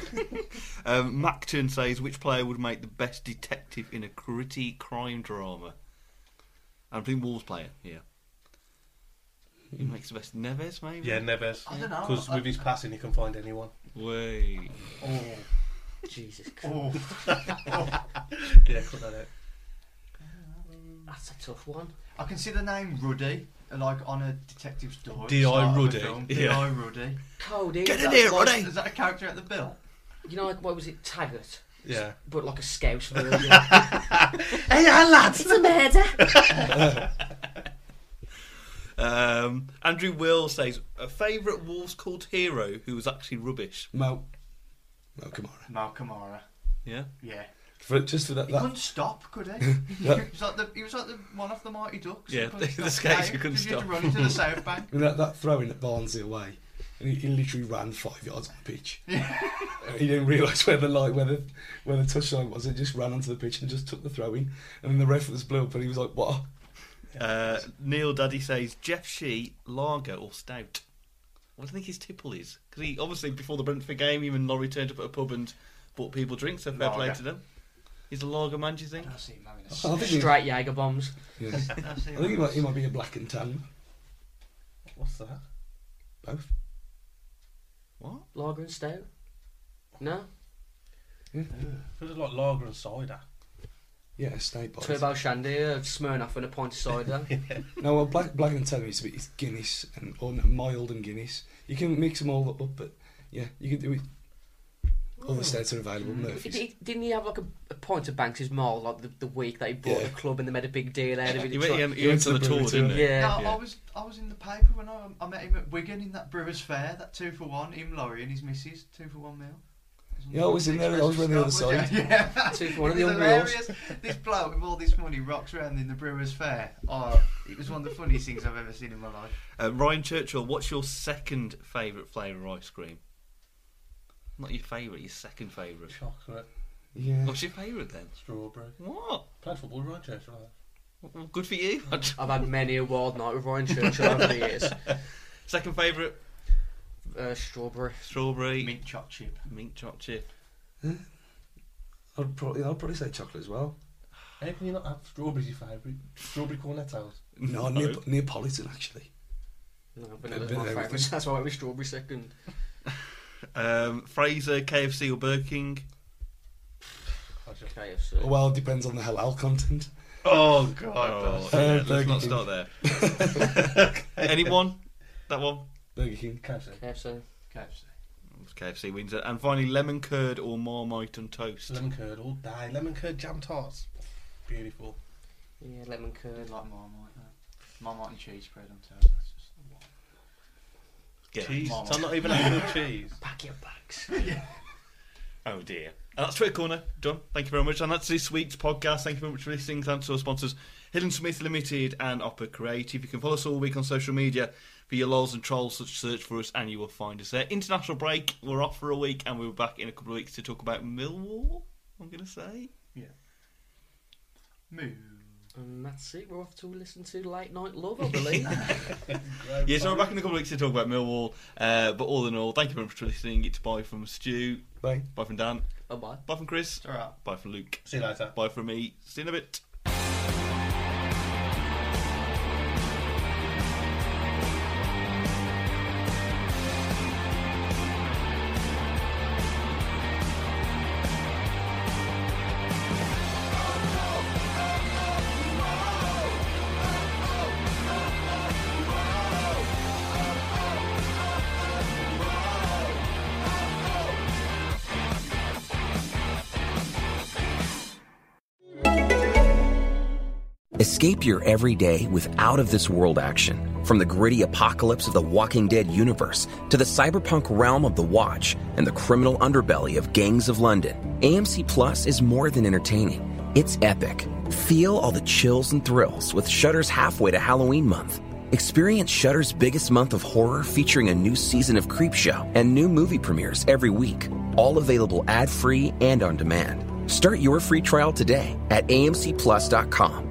[SPEAKER 1] Um, Macton says which player would make the best detective in a gritty crime drama? I'm thinking Wolves player. Yeah. Who makes the best? Neves maybe.
[SPEAKER 2] Yeah, Neves.
[SPEAKER 3] I don't know.
[SPEAKER 2] Because
[SPEAKER 3] I-
[SPEAKER 2] with his passing, he can find anyone.
[SPEAKER 1] Way.
[SPEAKER 3] Oh,
[SPEAKER 4] Jesus Christ,
[SPEAKER 3] oh.
[SPEAKER 2] Yeah, cut that out.
[SPEAKER 4] that's a tough one.
[SPEAKER 3] I can see the name Ruddy, like on a detective's door. at
[SPEAKER 2] D.I.
[SPEAKER 3] the start of a
[SPEAKER 2] Ruddy.
[SPEAKER 3] film.
[SPEAKER 1] Yeah.
[SPEAKER 3] D.I. Ruddy.
[SPEAKER 4] Cody,
[SPEAKER 1] Get in
[SPEAKER 4] that's
[SPEAKER 1] here,
[SPEAKER 4] like-
[SPEAKER 1] Roddy.
[SPEAKER 3] Is that a character at the bill?
[SPEAKER 4] You know, like, what was it, Taggart?
[SPEAKER 2] Yeah.
[SPEAKER 4] But like a scout version.
[SPEAKER 2] Hey, lads!
[SPEAKER 4] it's a murder.
[SPEAKER 1] Um, Andrew Will says a favourite Wolves called hero who was actually rubbish.
[SPEAKER 5] Mo, Mo Kamara.
[SPEAKER 3] Malcolm Mara.
[SPEAKER 1] Yeah.
[SPEAKER 3] Yeah.
[SPEAKER 5] For, just for that,
[SPEAKER 3] He
[SPEAKER 5] that
[SPEAKER 3] couldn't stop, could he? he,
[SPEAKER 5] That-
[SPEAKER 3] was like the, he was like the one off the Mighty Ducks.
[SPEAKER 1] Yeah,
[SPEAKER 3] He couldn't
[SPEAKER 1] the
[SPEAKER 3] stop
[SPEAKER 1] skates who
[SPEAKER 3] playing,
[SPEAKER 1] couldn't
[SPEAKER 3] 'cause he had to
[SPEAKER 1] stop.
[SPEAKER 3] run into the South Bank.
[SPEAKER 5] I mean, that, that throw in at Barnsley away, and he, he literally ran five yards on
[SPEAKER 3] <laughs>
[SPEAKER 5] the pitch. he didn't realise where the light, where the where the touchline was. He just ran onto the pitch and just took the throw in, and then the ref was blew up, and he was like, "What?
[SPEAKER 1] Uh, Neil Daddy says Jeff Shee, lager or stout. What do you think his tipple is? Because he obviously before the Brentford game, him and Laurie turned up at a pub and bought people drinks. So fair play
[SPEAKER 3] Lager.
[SPEAKER 1] to them. He's a lager man, do you think?
[SPEAKER 3] I see him having a
[SPEAKER 5] I think, he,
[SPEAKER 4] Straight Jaeger bombs.
[SPEAKER 5] yeah.
[SPEAKER 3] I see him
[SPEAKER 5] I think he
[SPEAKER 3] having
[SPEAKER 5] might he might be a black and tan,
[SPEAKER 2] What's that?
[SPEAKER 5] both."
[SPEAKER 1] What?
[SPEAKER 4] Lager and stout. No?
[SPEAKER 2] Feels like lager and cider.
[SPEAKER 5] Yeah, snake boys.
[SPEAKER 4] Turbo Shandy, uh, a Smirnoff and a pint of
[SPEAKER 5] <laughs>
[SPEAKER 4] cider.
[SPEAKER 5] No, well, black black and tan is a bit- it's Guinness and or no, mild and Guinness. You can mix them all up, but yeah, you can do it. All the states are available.
[SPEAKER 4] It-
[SPEAKER 5] Murphy's.
[SPEAKER 4] it- Didn't he have like a, a pint of Banks's Mall like the, the week that he bought
[SPEAKER 5] Yeah.
[SPEAKER 4] the club and they made a big deal out
[SPEAKER 5] <laughs>
[SPEAKER 4] of it?
[SPEAKER 1] He
[SPEAKER 4] It's
[SPEAKER 1] went, he
[SPEAKER 4] like-
[SPEAKER 1] went, he went to the tour, didn't he?
[SPEAKER 4] yeah.
[SPEAKER 3] Now,
[SPEAKER 1] Yeah.
[SPEAKER 3] I was I was in the paper when I, I met him at Wigan in that Brewers Fair, that two for one, him Laurie and his missus, two for one meal.
[SPEAKER 5] Yeah, I was in there, I
[SPEAKER 3] Express
[SPEAKER 5] was round the other
[SPEAKER 3] Scotland,
[SPEAKER 5] side.
[SPEAKER 3] Yeah, yeah.
[SPEAKER 4] <laughs> Two for one
[SPEAKER 3] It <laughs>
[SPEAKER 4] of the
[SPEAKER 3] was
[SPEAKER 4] young girls.
[SPEAKER 3] hilarious. This bloke with all this money rocks around in the Brewers Fair. Oh, it was one of the funniest things I've ever seen in my life.
[SPEAKER 1] Uh, Ryan Churchill, what's your second favourite flavour of ice cream? Not your favourite, your second favourite.
[SPEAKER 2] Chocolate,
[SPEAKER 5] Yeah.
[SPEAKER 1] What's your favourite then?
[SPEAKER 2] strawberry.
[SPEAKER 1] What?
[SPEAKER 2] Played football with Ryan Churchill. haven't
[SPEAKER 1] Well, good for you.
[SPEAKER 4] I've had many a wild night with Ryan Churchill over the
[SPEAKER 5] <laughs>
[SPEAKER 4] years.
[SPEAKER 1] second favourite,
[SPEAKER 4] Uh, strawberry.
[SPEAKER 1] strawberry, mint,
[SPEAKER 3] Mint choc chip.
[SPEAKER 1] chocolate chip.
[SPEAKER 5] I'd probably I'd probably say chocolate as well.
[SPEAKER 2] I? How can you not have strawberries your favourite? Strawberry cornettails.
[SPEAKER 5] No, Neap- Neapolitan actually.
[SPEAKER 4] No,
[SPEAKER 5] Bit-
[SPEAKER 4] vanilla's
[SPEAKER 5] bit
[SPEAKER 4] my
[SPEAKER 5] of everything.
[SPEAKER 4] favourite. <laughs> That's why I went with strawberry second.
[SPEAKER 1] Um, Fraser, KFC or Burger King?
[SPEAKER 2] I just-
[SPEAKER 4] KFC.
[SPEAKER 5] Oh, Well, it depends on the halal content.
[SPEAKER 2] Oh
[SPEAKER 1] Oh,
[SPEAKER 2] god.
[SPEAKER 5] Uh,
[SPEAKER 1] yeah, let's
[SPEAKER 5] Burger
[SPEAKER 1] not
[SPEAKER 5] King.
[SPEAKER 1] start there.
[SPEAKER 2] <laughs>
[SPEAKER 1] Anyone? That one?
[SPEAKER 5] Burger King.
[SPEAKER 2] Can't say.
[SPEAKER 4] KFC.
[SPEAKER 3] KFC.
[SPEAKER 1] KFC wins it. And finally, lemon curd or marmite on toast?
[SPEAKER 2] Lemon curd all day. Lemon curd jam tarts. Beautiful.
[SPEAKER 4] Yeah, lemon curd.
[SPEAKER 3] I'd like Marmite. though. Marmite and cheese spread on toast. That's just
[SPEAKER 1] Get
[SPEAKER 2] Cheese.
[SPEAKER 1] out.
[SPEAKER 2] I'm not even having the cheese.
[SPEAKER 4] Pack your
[SPEAKER 5] <laughs>
[SPEAKER 4] bags.
[SPEAKER 1] Oh dear. And that's Twitter Corner done. Thank you very much. And that's this week's podcast. Thank you very much for listening. Thanks to our sponsors, Hidden Smith Limited and Opera Creative. You can follow us all week on social media for your lols and trolls. Such search for us, and you will find us there. International break. We're off for a week, and we'll be back in a couple of weeks to talk about Millwall. I'm going to say.
[SPEAKER 3] Move.
[SPEAKER 4] And that's it. We're off to listen to Late Night Love, I
[SPEAKER 5] <laughs>
[SPEAKER 4] believe.
[SPEAKER 1] Yeah, so we're back in a couple of weeks to talk about Millwall. Uh, but all in all, thank you very much for listening. It's bye from Stu,
[SPEAKER 5] Bye.
[SPEAKER 1] bye from Dan,
[SPEAKER 4] bye bye.
[SPEAKER 1] bye from Chris,
[SPEAKER 3] It's alright.
[SPEAKER 1] bye from Luke,
[SPEAKER 2] See you later.
[SPEAKER 1] bye from me. See you in a bit.
[SPEAKER 6] Escape your everyday with out of this world action. From the gritty apocalypse of the Walking Dead universe to the cyberpunk realm of The Watch and the criminal underbelly of Gangs of London, AMC Plus is more than entertaining. It's epic. Feel all the chills and thrills with Shudder's halfway to Halloween month. Experience Shudder's biggest month of horror featuring a new season of Creepshow and new movie premieres every week, all available ad-free and on demand. Start your free trial today at amcplus.com.